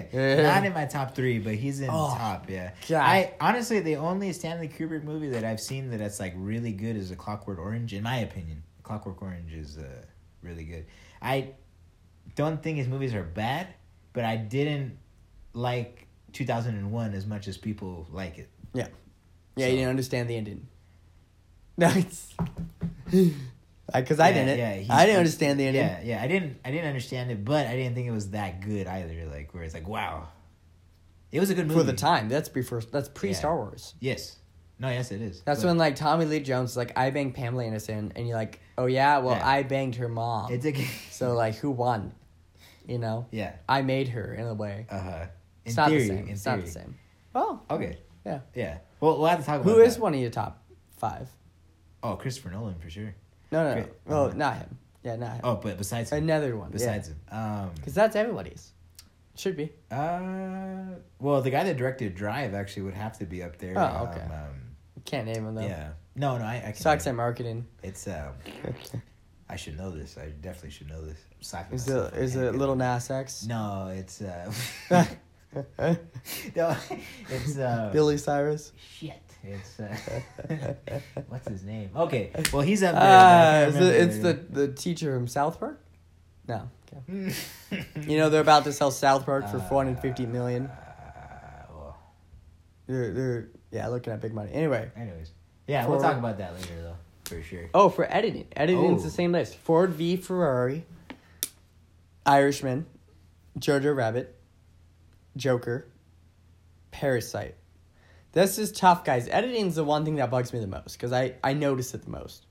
nah, not in my top three, but he's in
Oh,
top. Yeah.
God.
I honestly, the only Stanley Kubrick movie that I've seen that that's like really good is A Clockwork Orange. In my opinion, Clockwork Orange is uh, really good. I don't think his movies are bad, but I didn't like 2001 as much as people like it.
Yeah,
So-
you didn't understand the ending. No, it's because I
Yeah,
didn't.
yeah, he-
I didn't understand the ending.
Yeah, yeah. I didn't. I didn't understand it, but I didn't think it was that good either. Like where it's like, wow, it was a good movie
for the time. That's before. That's pre
Yeah.
Star Wars.
Yes. No. Yes, it is.
That's
But-
when like Tommy Lee Jones is like, I banged Pamela Anderson, and you're like, oh yeah, well
Yeah.
I banged her mom.
It's a
so like, who won? You know,
yeah.
I made her in a way.
Uh huh.
It's not the same. It's not the same. Oh,
Okay.
Yeah.
Yeah. Well, we'll have to talk about
who is
that.
one of your top five?
Oh, Christopher Nolan for sure.
No, no, no.
Great.
Well,
Um,
not him. Yeah, not him.
Oh, but besides him,
Another one. Besides,
besides him,
because that's everybody's. Should be.
um, uh, well, the guy that directed Drive actually would have to be up there.
Oh, okay.
Um, um,
Can't name them though.
yeah. No, no, I, I can't.
Sucks at marketing.
It's um, I should know this. I definitely should know this. Sorry for
Is
myself,
it
I
is
can't
it
get
Little
it.
Nas X?
No, it's uh, no, it's uh,
Billy Cyrus.
Shit. It's uh, what's his name? Okay. Well, he's up there. but I
Uh,
can't
it's the, it's
remember.
the the teacher from South Park. No. Okay. You
you
know they're about to sell South Park for
Hmm. Uh,
four hundred fifty million.
well,
They're they're yeah looking at big money. Anyway.
anyways, yeah,
For-
we'll talk about that later though, for sure.
Oh, for editing. Editing's
Oh.
the same list. Ford v Ferrari, Irishman, Jojo Rabbit, Joker, Parasite. This is tough, guys. Editing's the one thing that bugs me the most because I, I notice it the most.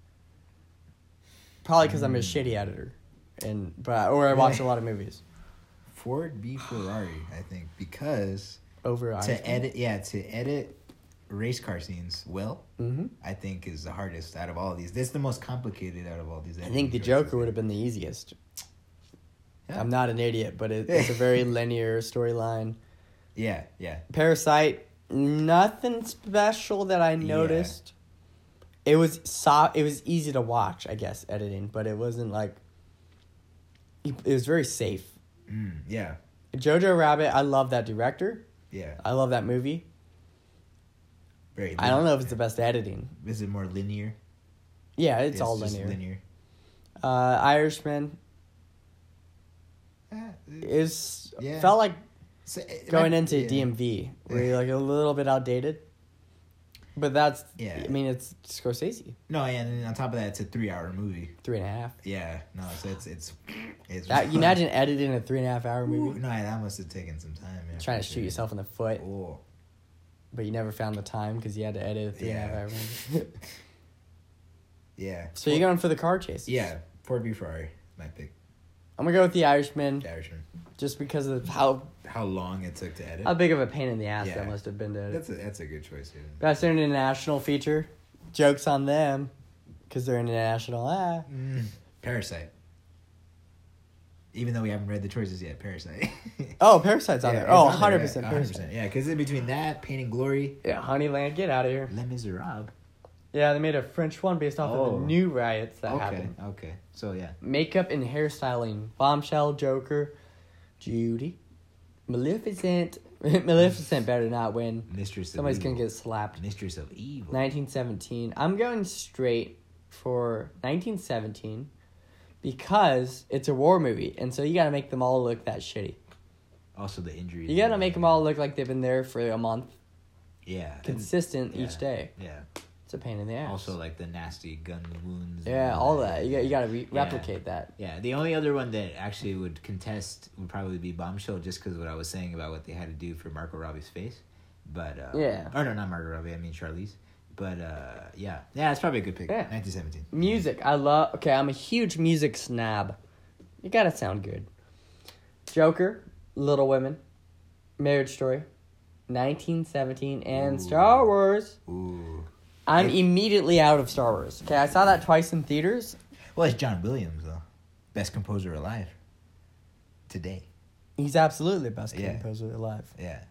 Probably because
Hmm.
I'm a shitty editor, and but or I watch a lot of movies
Ford v Ferrari, I think, because
over
to edit, yeah, to edit race car scenes well,
Mm-hmm.
I think is the hardest out of all these. This is the most complicated out of all these.
I think the Joker would have been the easiest.
Yeah.
I'm not an idiot, but it, it's a very linear storyline.
Yeah, yeah,
Parasite, nothing special that I noticed. It was so it was easy to watch, I guess, editing, but it wasn't like it it was very safe.
mm, yeah,
Jojo Rabbit, I love that director.
yeah.
I love that movie.
Very.
I don't know if it's the best editing.
Is it more linear?
Yeah, it's, all
just
linear.
linear.
Uh, Irishman
Ah,
is
Yeah.
felt like
so it-
going into
yeah.
DMV, where you're like a little bit outdated. But that's
Yeah.
I mean it's Scorsese,
No, and then on top of that, it's a three-hour movie.
three and a half.
Yeah, no, so it's it's it's.
That, you imagine editing a three and a half hour
Ooh,
movie,
No, that must have taken some time. Yeah,
trying to
for
shoot
sure.
yourself in the foot,
Oh,
but you never found the time because you had to edit a three and a half
Yeah.
hour movie.
yeah.
so you're going for the car chase?
Yeah, Ford v Ferrari, my pick.
I'm gonna go with the Irishman
The Irishman.
just because of how
How long it took to edit?
how big of a pain in the ass
Yeah.
that must have been to edit.
that's a that's a good choice. Even.
Best international feature, jokes on them, because they're international. Ah.
Mm, Parasite. Even though we haven't read the choices yet, Parasite.
Oh, Parasite's on
Yeah,
there.
it's
Oh,
on there,
100 percent
yeah,
Parasite.
100%. Yeah, because in between that, Pain and Glory,
Yeah, Honeyland, get out of here.
Les Miserables.
Yeah, they made a French one based off of
Oh.
the new riots that
okay,
happened.
okay. So yeah,
Makeup and hairstyling, Bombshell, Joker, Judy, Maleficent, Maleficent better not win.
Mistress of
Somebody's gonna
Evil.
get slapped.
Mistress of Evil.
1917. I'm going straight for 1917 because it's a war movie, and so you gotta make them all look that shitty.
Also the injuries.
You gotta make them all look like they've been there for a month,
Yeah. and-
consistent
yeah,
each day.
Yeah.
It's a pain in the ass.
Also like the nasty gun wounds.
yeah,
and
all that. You got you gotta re-
Yeah.
replicate that.
Yeah, the only other one that actually would contest would probably be Bombshell, just because what I was saying about what they had to do for Marco Robbie's face. But uh,
Yeah.
or no, not Marco Robbie. I mean Charlize. But uh, yeah, yeah, it's probably a good pick.
Yeah.
nineteen seventeen.
Music, I love. Okay, I'm a huge music snob. You gotta sound good. Joker, Little Women, Marriage Story, 1917, and Star
Ooh.
Wars.
Ooh.
I'm
It-
immediately out of Star Wars. Okay, I saw that twice in theaters.
Well, it's John Williams though, best composer alive. Today,
He's absolutely the best
Yeah.
composer alive.
yeah,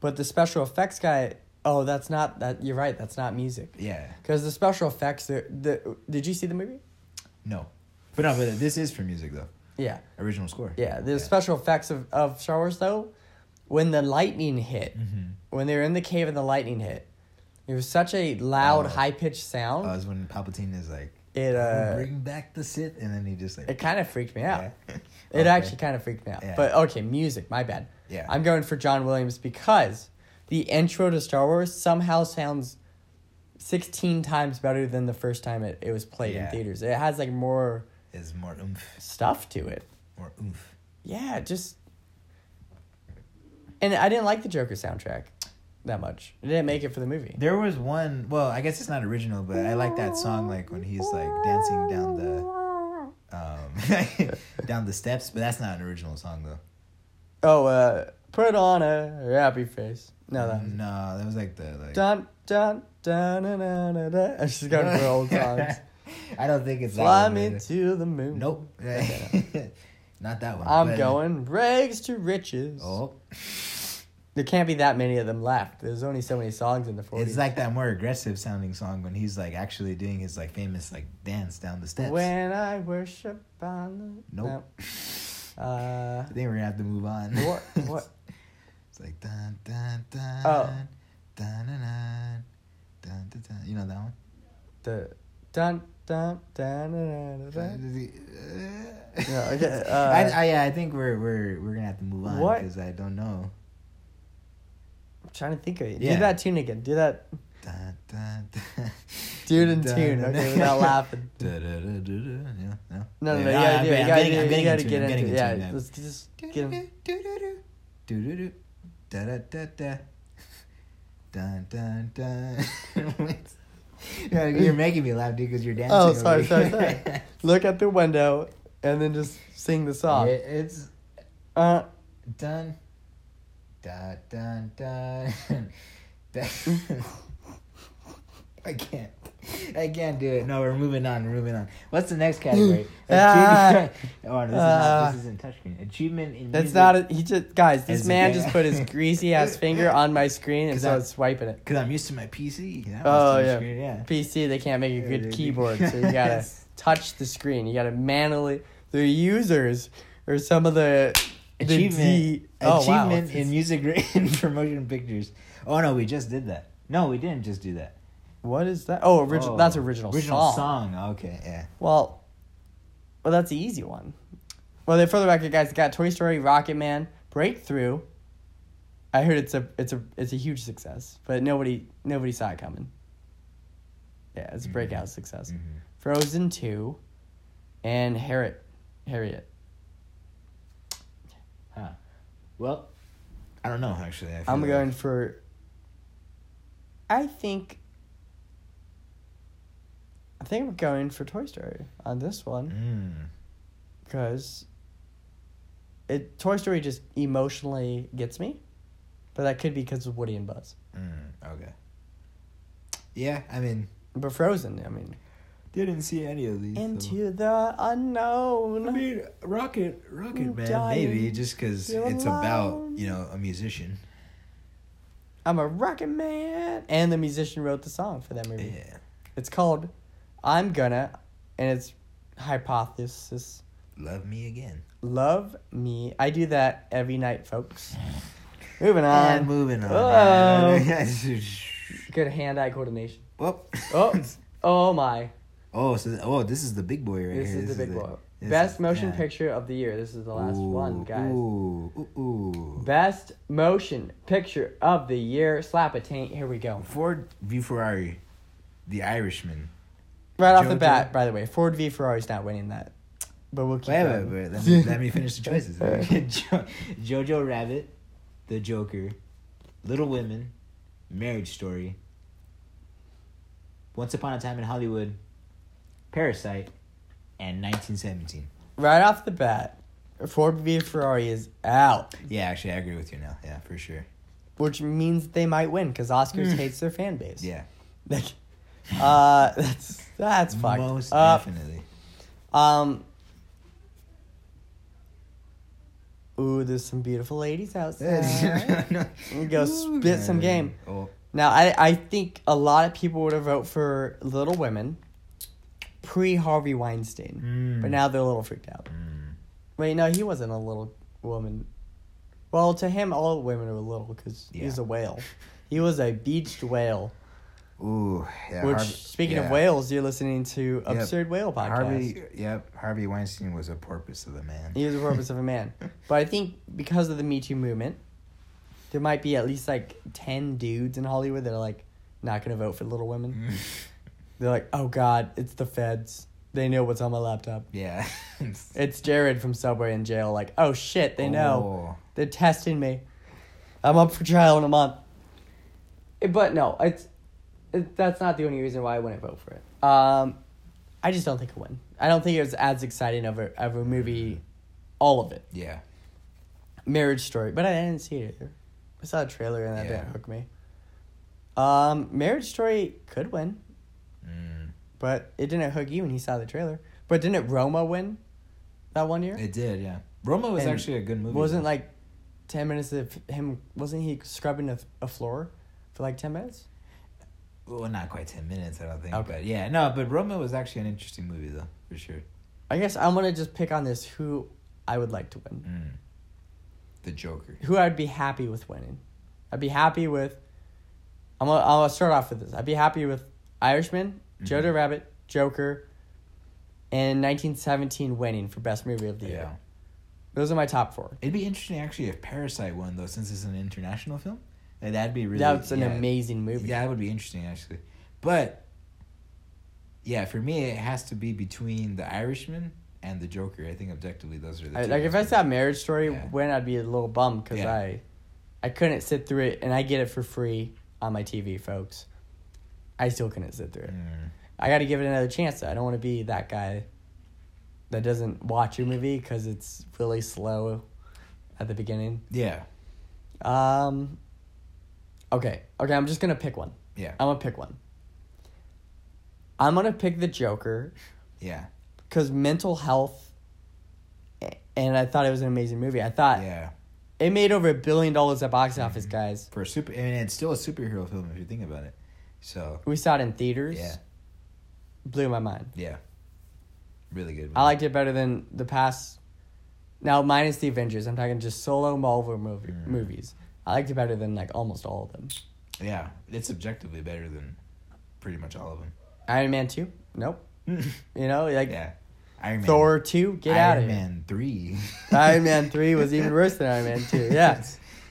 But the special effects guy, oh, that's not that. You're right. That's not music.
yeah,
Because the special effects, the, the did you see the movie?
no, but no, but this is for music though.
Yeah,
Original score.
yeah. The special effects of of Star Wars though, when the lightning hit,
Mhm.
when they were in the cave and the lightning hit, it was such a loud,
Oh.
high pitched sound.
Oh, it's when Palpatine is like,
it uh,
bring back the Sith, and then he just like,
it kind of freaked me out.
mm-hmm. yeah.
It
Okay.
actually kind of freaked me out.
Yeah.
But okay, music, my bad.
Yeah.
I'm going for John Williams because the intro to Star Wars somehow sounds 16 times better than the first time it, it was played in
Yeah.
theaters. It has like more
is more oomph,
stuff to it.
more oomph.
Yeah, just. And I didn't like the Joker soundtrack that much. It didn't make it for the movie.
There was one. Well, I guess it's not original, but I like that song. Like when he's like dancing down the um, down the steps. But that's not an original song though.
Oh, uh, put on a happy face. No,
Mm-hmm.
that was.
no, that was like the like.
Dun, dun, dun, dun, dun, dun, dun. I'm just going for old songs.
I don't think it's. that
Fly
one,
me
but- uh,
to the moon.
Nope. not that one.
I'm
but-
going rags to riches.
Oh,
There can't be that many of them left. There's only so many songs in the 40s.
it's like that more aggressive sounding song when he's like actually doing his like famous like dance down the steps.
when I worship on the.
Nope.
No. Uh,
I think we're gonna have to move on.
what? What?
It's like dun dun dun.
Oh.
Dun dun dun. Dun dun dun. You know that one?
The. Dun, dun, dun, dun, dun, dun.
Yeah,
No, okay, uh,
I, I, yeah, I think we're we're we're gonna have to move on
What?
because I don't know.
I'm trying to think of it.
Yeah.
Do that tune again. Do that.
Dun, dun, dun.
Dude in
Dun,
tune,
dun,
okay,
dun.
without laughing.
Da, da, da, da, da. Yeah, no,
No, no, no. You
Yeah,
gotta
I'm
do
getting-
it. You
I'm
gotta,
getting- I'm getting
do it. you gotta
into
get
it, I'm
into
getting
it.
into
Yeah,
it now.
let's just get in.
Do-do-do-do-do. Do-do-do. Da-da-da-da. Dun, dun, dun. Yeah, You're making me laugh, dude, because you're dancing.
Oh,
over
sorry, sorry,
here.
sorry. Look at the window and then just sing the song.
It- it's
Uh,
dun, da, dun, dun, dun. I can't. I can't do it. No, we're moving on. We're moving on. What's the next category?
Ah.
oh, this, is not,
Ah.
this isn't touchscreen. Achievement in
That's not. A, he just guys. This
As a
man
gay-
just put his greasy ass finger on my screen, and
'Cause
so
I-
it's swiping it.
Because I'm used to my PC. That
Oh
was
yeah.
touchscreen, yeah.
PC they can't make a
Yeah,
good
they-
keyboard, so you gotta
Yes.
touch the screen. You gotta manually. The users or some of the the
achievement,
D- oh, wow.
achievement
It's-
in music written for motion pictures. Oh no, we just did that. No, we didn't just do that.
What is that? Oh, original.
Oh,
that's original.
Original
song.
song. Okay, yeah.
Well, well, that's the easy one. Well, then for the record, guys, it got Toy Story, Rocket Man, Breakthrough. I heard it's a it's a it's a huge success, but nobody nobody saw it coming. Yeah, it's a breakout success.
Mhm.
Frozen Two, and Harriet, Harriet.
Huh. Well, I don't know actually. I feel
I'm
like-
going for. I think. I think I'm going for Toy Story on this one.
Mm.
because it Toy Story just emotionally gets me, but that could be because of Woody and Buzz.
Mm. Okay. Yeah, I mean,
But Frozen, I mean,
didn't see any of these. so-
into the unknown.
I mean, Rocket, Rocket
I'm
Man,
dying.
maybe just because
You're
it's about
alone.
you know a musician.
I'm a rocket man, and the musician wrote the song for that movie.
Yeah.
It's called "I'm Gonna," and it's hypothesis
love me again.
Love me. I do that every night, folks. Moving on.
And moving on.
Oh. Good hand eye coordination.
oh.
Oh, oh my.
oh, so oh, this is the big boy right
This
here.
is the big boy.
this
Best
is-
motion
yeah.
picture of the year. This is the last
Ooh,
one, guys.
Ooh, ooh, ooh.
Best motion picture of the year. Slap a taint. Here we go.
Ford v Ferrari, The Irishman.
Right off the
Joker.
bat, by the way, Ford v Ferrari's not winning that, but we'll keep.
Wait, wait,
going.
wait. Let me, let me finish the choices. jo- Jojo Rabbit, The Joker, Little Women, Marriage Story, Once Upon a Time in Hollywood, Parasite, and 1917.
Right off the bat, Ford v Ferrari is out,
Yeah, actually, I agree with you now. Yeah, for sure.
which means they might win because Oscars hates their fan base.
Hmm. Yeah,
Like, uh, that's that's fucked Uh,
most
up.
definitely.
Um. Ooh, there's some beautiful ladies outside.
no.
go spit some game.
Oh,
now, I, I think a lot of people would have voted for Little Women pre Harvey Weinstein,
Mm.
but now they're a little freaked out.
mm.
Wait, no, he wasn't a little woman. Well, to him, all women are little because he's
Yeah.
a whale. He was a beached whale.
oh, Ooh, yeah.
which,
Harvey-
speaking
yeah.
of whales, you're listening to
Yep.
Absurd Whale podcast.
Harvey, yep, Harvey Weinstein was a porpoise of a man.
He is the purpose of a man. But I think because of the Me Too movement, there might be at least like 10 dudes in Hollywood that are like not going to vote for Little Women.
Mm-hmm.
They're like, oh God, it's the feds. They know what's on my laptop.
yeah.
It's Jared from Subway in jail. Like, oh shit, they
Oh.
know. They're testing me. I'm up for trial in a month. Eh, But no, it's it, that's not the only reason why I wouldn't vote for it. Um, I just don't think it won. I don't think it was as exciting of a, of a movie, all of it.
Yeah.
Marriage Story, but I didn't see it either. I saw a trailer and that
Yeah.
didn't hook me. Um, Marriage Story could win,
Mm.
but it didn't hook you when you saw the trailer. But didn't Roma win that one year?
It did, yeah. Roma was
And
actually a good movie.
wasn't like ten minutes of him. Wasn't he scrubbing a, a floor for like ten minutes?
well, not quite ten minutes, I don't think.
Okay.
But yeah, no, but Roma was actually an interesting movie though, for sure.
I guess I'm gonna just pick on this who I would like to win,
Mm. The Joker.
who I'd be happy with winning. I'd be happy with. I'm gonna, I'll start off with this. I'd be happy with Irishman,
Mm-hmm.
Jojo Rabbit, Joker, and 1917 winning for best movie of the year. Those are my top four.
It'd be interesting actually if Parasite won though, since it's an international film. Like, that'd be really
That's an
yeah,
amazing movie.
Yeah, that would be interesting actually. But yeah, for me it has to be between the Irishman and the Joker. I think objectively those are the
I,
two
like if I
ones.
saw Marriage Story
Yeah.
win, I'd be a little bummed because
Yeah.
I, I couldn't sit through it, and I get it for free on my TV, folks. I still couldn't sit through it.
Mm.
I got to give it another chance. though. I don't want to be that guy that doesn't watch your movie because it's really slow at the beginning.
Yeah.
Um, okay, okay, I'm just gonna pick one.
Yeah.
I'm gonna pick one. I'm gonna pick the Joker
Yeah.
because mental health, a- and I thought it was an amazing movie. I thought
Yeah. Mm-hmm.
it made over a billion dollars at box office, guys.
For a super and it's still a superhero film if you think about it. So
We saw it in theaters.
Yeah.
blew my mind.
yeah. Really good.
I liked it better than the past. Now minus the Avengers, I'm talking just solo Marvel movie,
Mm.
movies. I liked it better than like almost all of them.
Yeah. It's objectively better than pretty much all of them.
Iron Man two, nope. You know, like
yeah. Iron Man.
Thor two, get out of
Iron
here.
Man 3.
Iron Man three was even worse than Iron Man two. Yeah.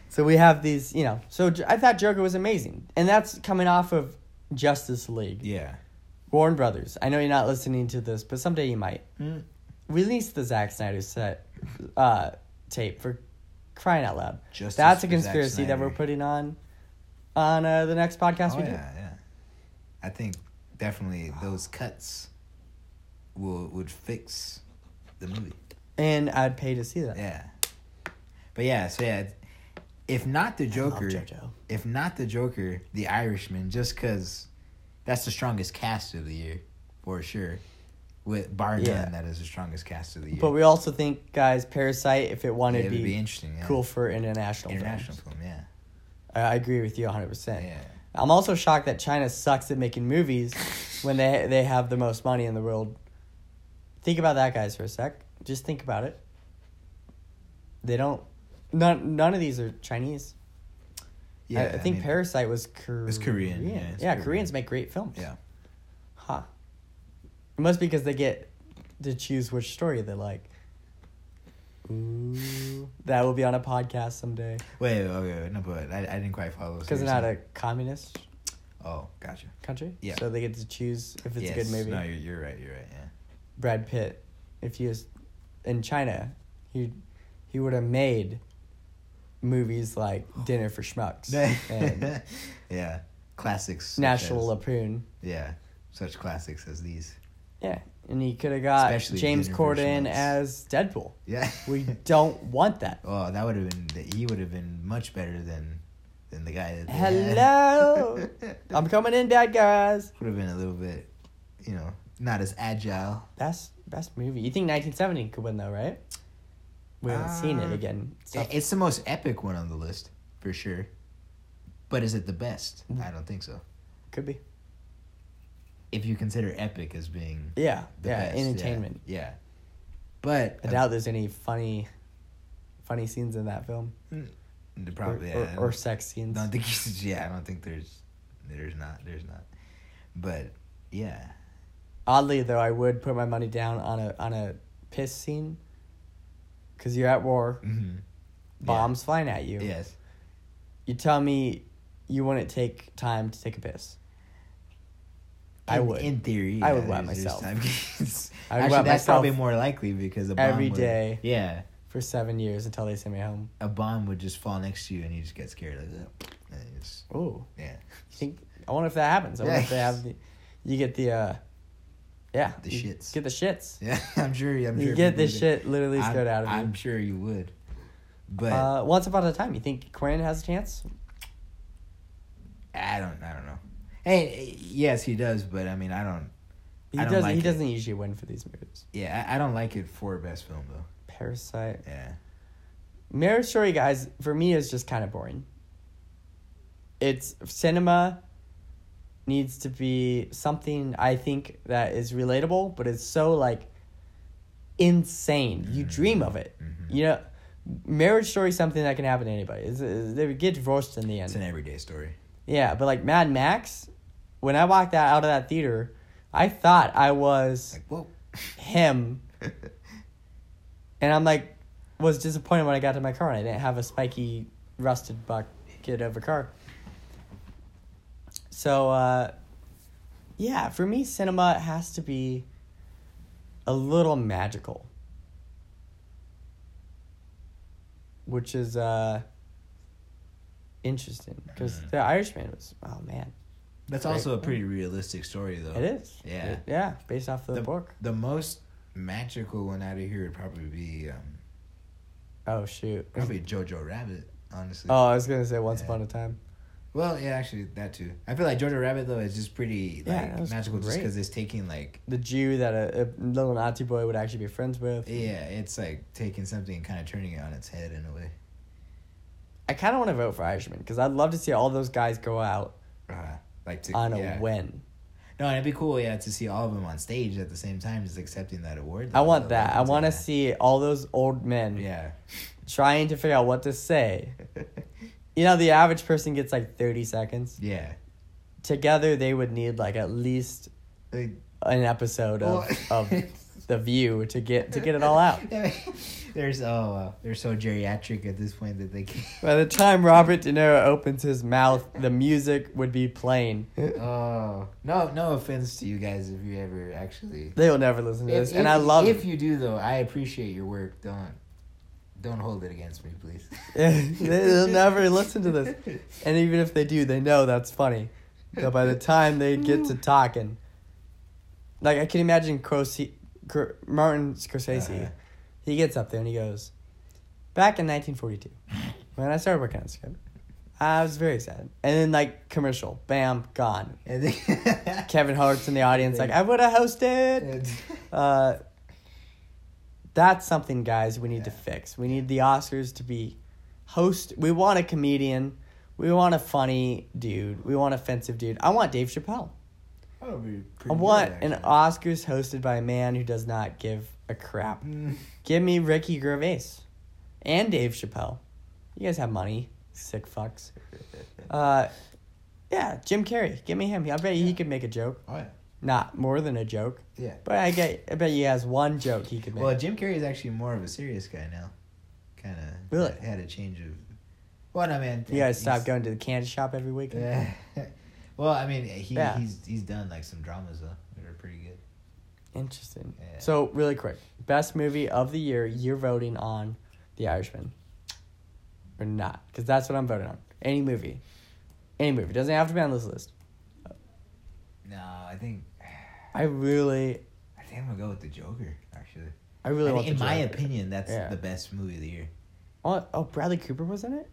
So we have these, you know. So J- I thought Joker was amazing, and that's coming off of Justice League,
Yeah.
Warren Brothers. I know you're not listening to this, but someday you might.
Mm.
Release the Zack Snyder set uh, tape for crying out loud.
Justice
That's a
for Zack
conspiracy that we're
Snyder.
putting on on uh, the next podcast
Oh,
we
yeah,
do.
yeah. I think definitely those cuts will would fix the movie.
And I'd pay to see that.
Yeah. But yeah, so yeah, if not the
Love
Joker,
JoJo.
if not the Joker, the Irishman, just because that's the strongest cast of the year for sure. With bar none,
Yeah.
that is the strongest cast of the year.
But we also think, guys, Parasite, if it
Yeah,
wanted
it
to
would
be,
be interesting. Yeah.
cool for international,
international
international.
film. Yeah,
I I agree with you 100%.
yeah.
I'm also shocked that China sucks at making movies when they they have the most money in the world. Think about that, guys, for a sec. Just think about it. They don't. None, none of these are Chinese. Yeah, I, I think
mean,
Parasite was Korean.
It's Korean, yeah, it's
yeah,
Korean.
Koreans make great films.
Yeah,
Huh. It must be because they get to choose which story they like. Ooh, that will be on a podcast someday.
wait, wait, wait, wait, no, but I, I didn't quite follow. so
Because
you're
they're not a
saying-
communist
Oh, gotcha.
country.
Yeah.
So they get to choose if it's a
Yes.
good movie.
No, you're, you're right. You're right. Yeah.
Brad Pitt, if he was in China, he he would have made movies like
Oh.
Dinner for Schmucks and
yeah. Classics. such
National
as-
Lapoon.
yeah. Such classics as these.
Yeah, and he could have got
Especially
James
Dinner for
Corden
Schmucks.
as Deadpool.
Yeah.
We don't want that.
oh, that would have been. that- He would have been much better than than the guy that.
Hello, I'm coming in, bad guys.
would have been a little bit, you know, not as agile.
Best best movie. You think 1970 could win though, right? We haven't seen it
Uh,
again. So
I- It's the most epic one on the list for sure. But is it the best?
Mm-hmm.
I don't think so.
could be.
If you consider epic as being
Yeah,
the
yeah.
best,
entertainment.
Yeah. Um, yeah. But
I doubt there's any funny, funny scenes in that film.
probably
or,
yeah.
or, or sex
I
scenes.
don't think he's, yeah, I don't think there's there's not there's not. But yeah.
Oddly though, I would put my money down on a on a piss scene. Cause you're at war,
hmm
bombs flying at you.
Yes.
You tell me, you wouldn't take time to take a piss. I
In-
would.
In theory,
I would wet
there's- there's
myself.
time-
I would
Actually,
wet
that's
myself
probably more likely because a bomb
every
would-
day.
Yeah,
for seven years until they send me home.
a bomb would just fall next to you, and you just get scared like that. And you just-
Ooh,
yeah.
you think? I wonder if that happens. I wonder if they
Yeah.
have the. You get the. uh Yeah.
The
you
shits.
Get the shits.
Yeah, I'm sure. I'm
You
sure
get
people
the
do.
shit literally
I'm-
scared out of
I'm
you.
sure you would, but
uh, once upon a time, you think Quinn has a chance?
I don't. I don't know. Hey, yes, he does, but I mean, I don't.
He
I don't
doesn't.
like
he
it.
doesn't usually win for these movies.
Yeah, I, I don't like it for best film though.
Parasite,
Yeah,
Marriage Story, guys. For me, is just kind of boring. It's cinema needs to be something I think that is relatable, but it's so like insane. You dream of it.
Mhm.
You know, Marriage Story is something that can happen to anybody. It's, it's- they would get divorced in the end.
it's an everyday story.
Yeah, but like Mad Max, when I walked that out of that theater, I thought I was
Like whoa.
him, and I'm like, was disappointed when I got to my car and I didn't have a spiky, rusted bucket of a car. So, uh, yeah, for me, cinema has to be a little magical, which is uh, interesting because
Mm.
The Irishman was oh man,
That's
Great
also a
point.
pretty realistic story though.
it is
Oh, Yeah.
It- yeah based off the, book.
The most magical one out of here would probably be um,
Oh shoot!
probably Jojo Rabbit. Honestly.
Oh, I was gonna say Once
Yeah.
Upon a Time.
Well, yeah, actually that too. I feel like Jojo Rabbit though is just pretty
Yeah,
like
that was
magical, just
great.
because it's taking like
the Jew that a, a little Nazi boy would actually be friends with.
yeah, it's like taking something and kind of turning it on its head in a way.
I kind of want to vote for Irishman because I'd love to see all those guys go out
Uh, like to
on a
yeah.
win.
No, and it'd be cool, yeah, to see all of them on stage at the same time, just accepting that award.
I
though,
want
like,
that. I
it's
want to
like,
see all those old men
Yeah.
trying to figure out what to say. You know, the average person gets like 30 seconds.
yeah.
Together, they would need like at least
Like,
an episode of,
well-
of The View to get to get it all out.
There's oh uh, they're so geriatric at this point that they can't.
By the time Robert De Niro opens his mouth, the music would be playing.
Oh no, no offense to you guys if you ever actually.
They will never listen to
If-
this,
if-
and I love it.
If you do though, I appreciate your work. Don't don't hold it against me, please.
They'll never listen to this. And even if they do, they know that's funny. So by the time they get to talking, like I can imagine Croce- Cr- Martin Scorsese,
Uh-huh.
he gets up there and he goes, "Back in 1942, when I started working on the script, I was very sad." And then like commercial, bam, gone.
And then-
Kevin Hart's in the audience, like I would have hosted.
And-
Uh, that's something, guys, we need to
Yeah.
fix. We need the Oscars to be host. We want a comedian. We want a funny dude. We want offensive dude. I want Dave Chappelle.
That would be
I
pretty
want
good,
an
actually.
Oscars hosted by a man who does not give a crap.
Mm.
Give me Ricky Gervais and Dave Chappelle. You guys have money, sick fucks. Uh, yeah, Jim Carrey. Give me him. I bet he could make a joke.
Oh yeah.
Not more than a joke,
Yeah.
but I get. I bet he has one joke he could make.
Well, Jim Carrey is actually more of a serious guy now. Kind of.
Really?
Had a change of. Well, no, man.
you guys stop
he's-
going to the candy shop every weekend.
Yeah. well, I mean, he
Yeah.
he's he's done like some dramas though that are pretty good.
Interesting.
Yeah.
So really quick, best movie of the year. You're voting on The Irishman, or not? Because that's what I'm voting on. Any movie, any movie doesn't have to be on this list.
No, I think
I really,
I think I'm gonna go with the Joker actually.
I really
I
want.
think, in
the
my
Joker.
opinion, that's
Yeah.
the best movie of the year
Oh, oh, Bradley Cooper was in it.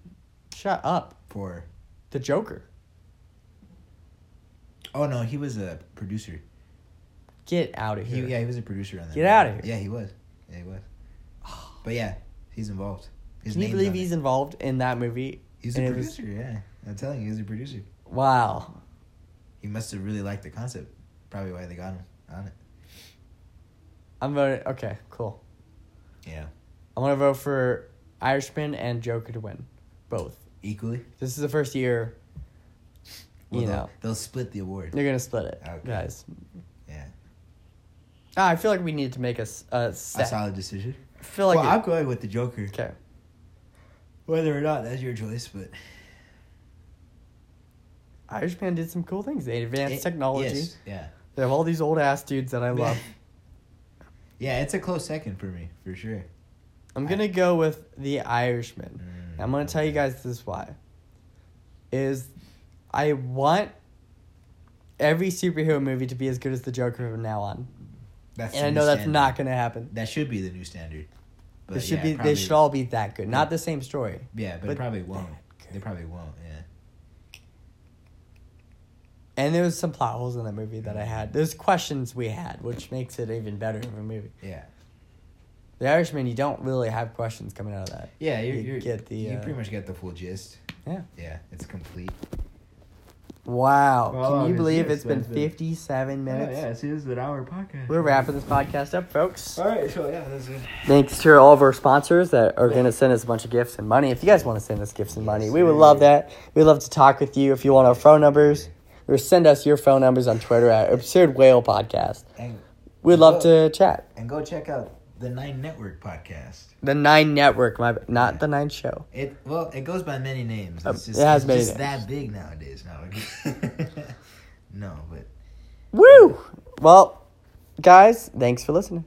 Shut up.
for.
The Joker.
Oh no, he was a producer.
Get out of
He,
here.
yeah, he was a producer on that.
Get outta here.
Yeah, he was. Yeah, he was. But yeah, he's involved. His
Can you
name's
believe
on it.
he's involved in that movie?
He's
And
a
it was-
producer. Yeah, I'm telling you, he's a producer.
Wow.
He must have really liked the concept. Probably why they got him on it.
I'm voting. Okay, cool.
Yeah.
I want to vote for Irishman and Joker to win, both.
Equally.
This is the first year.
Well,
You know,
they'll, they'll split the award.
they're gonna split it,
Okay.
guys.
Yeah.
Ah, I feel like we need to make a, s- a
A
set.
solid decision.
I feel like
well,
it-
I'm going with the Joker.
okay.
Whether or not that's your choice, but
Irishman did some cool things. They advanced
It-
technology.
yes, yeah.
They have all these old ass dudes that I love.
yeah, it's a close second for me, for sure.
I'm gonna go with The Irishman.
Mm.
I'm gonna tell you guys this why. Is I want every superhero movie to be as good as the Joker from now on,
That's
and
the
I
new
know that's
standard.
not gonna happen.
That should be the new standard. But
They should
yeah,
be.
probably-
They should all be that good. Not the same story.
Yeah, but,
but
it probably won't.
that
They
good.
probably won't. Yeah.
And there was some plot holes in that movie that I had. There's questions we had, which makes it even better of a movie.
Yeah.
The Irishman, you don't really have questions coming out of that.
Yeah, you're,
You
you are
get the,
you
uh,
pretty much get the full gist.
Yeah.
Yeah, it's complete. Well,
Wow! Can you
obviously, Oh,
believe
yes,
it's been
that's been-
57 minutes?
it is an hour podcast.
We're wrapping this podcast up, folks.
All right, so yeah, that's good.
Thanks to all of our sponsors that are going to send us a bunch of gifts and money. If you guys want to send us gifts and money,
Yes,
we would
sir.
love that. We'd love to talk with you. If you want our phone numbers, or send us your phone numbers on Twitter at Absurd Whale Podcast.
And
We'd love to chat.
and go check out the Nine Network podcast.
The Nine Network, my not the Nine Show.
It well, it goes by many names.
Um,
It's just,
it has
it's
many
just
names.
that big nowadays. No, no, but
Woo! Well, guys, thanks for listening.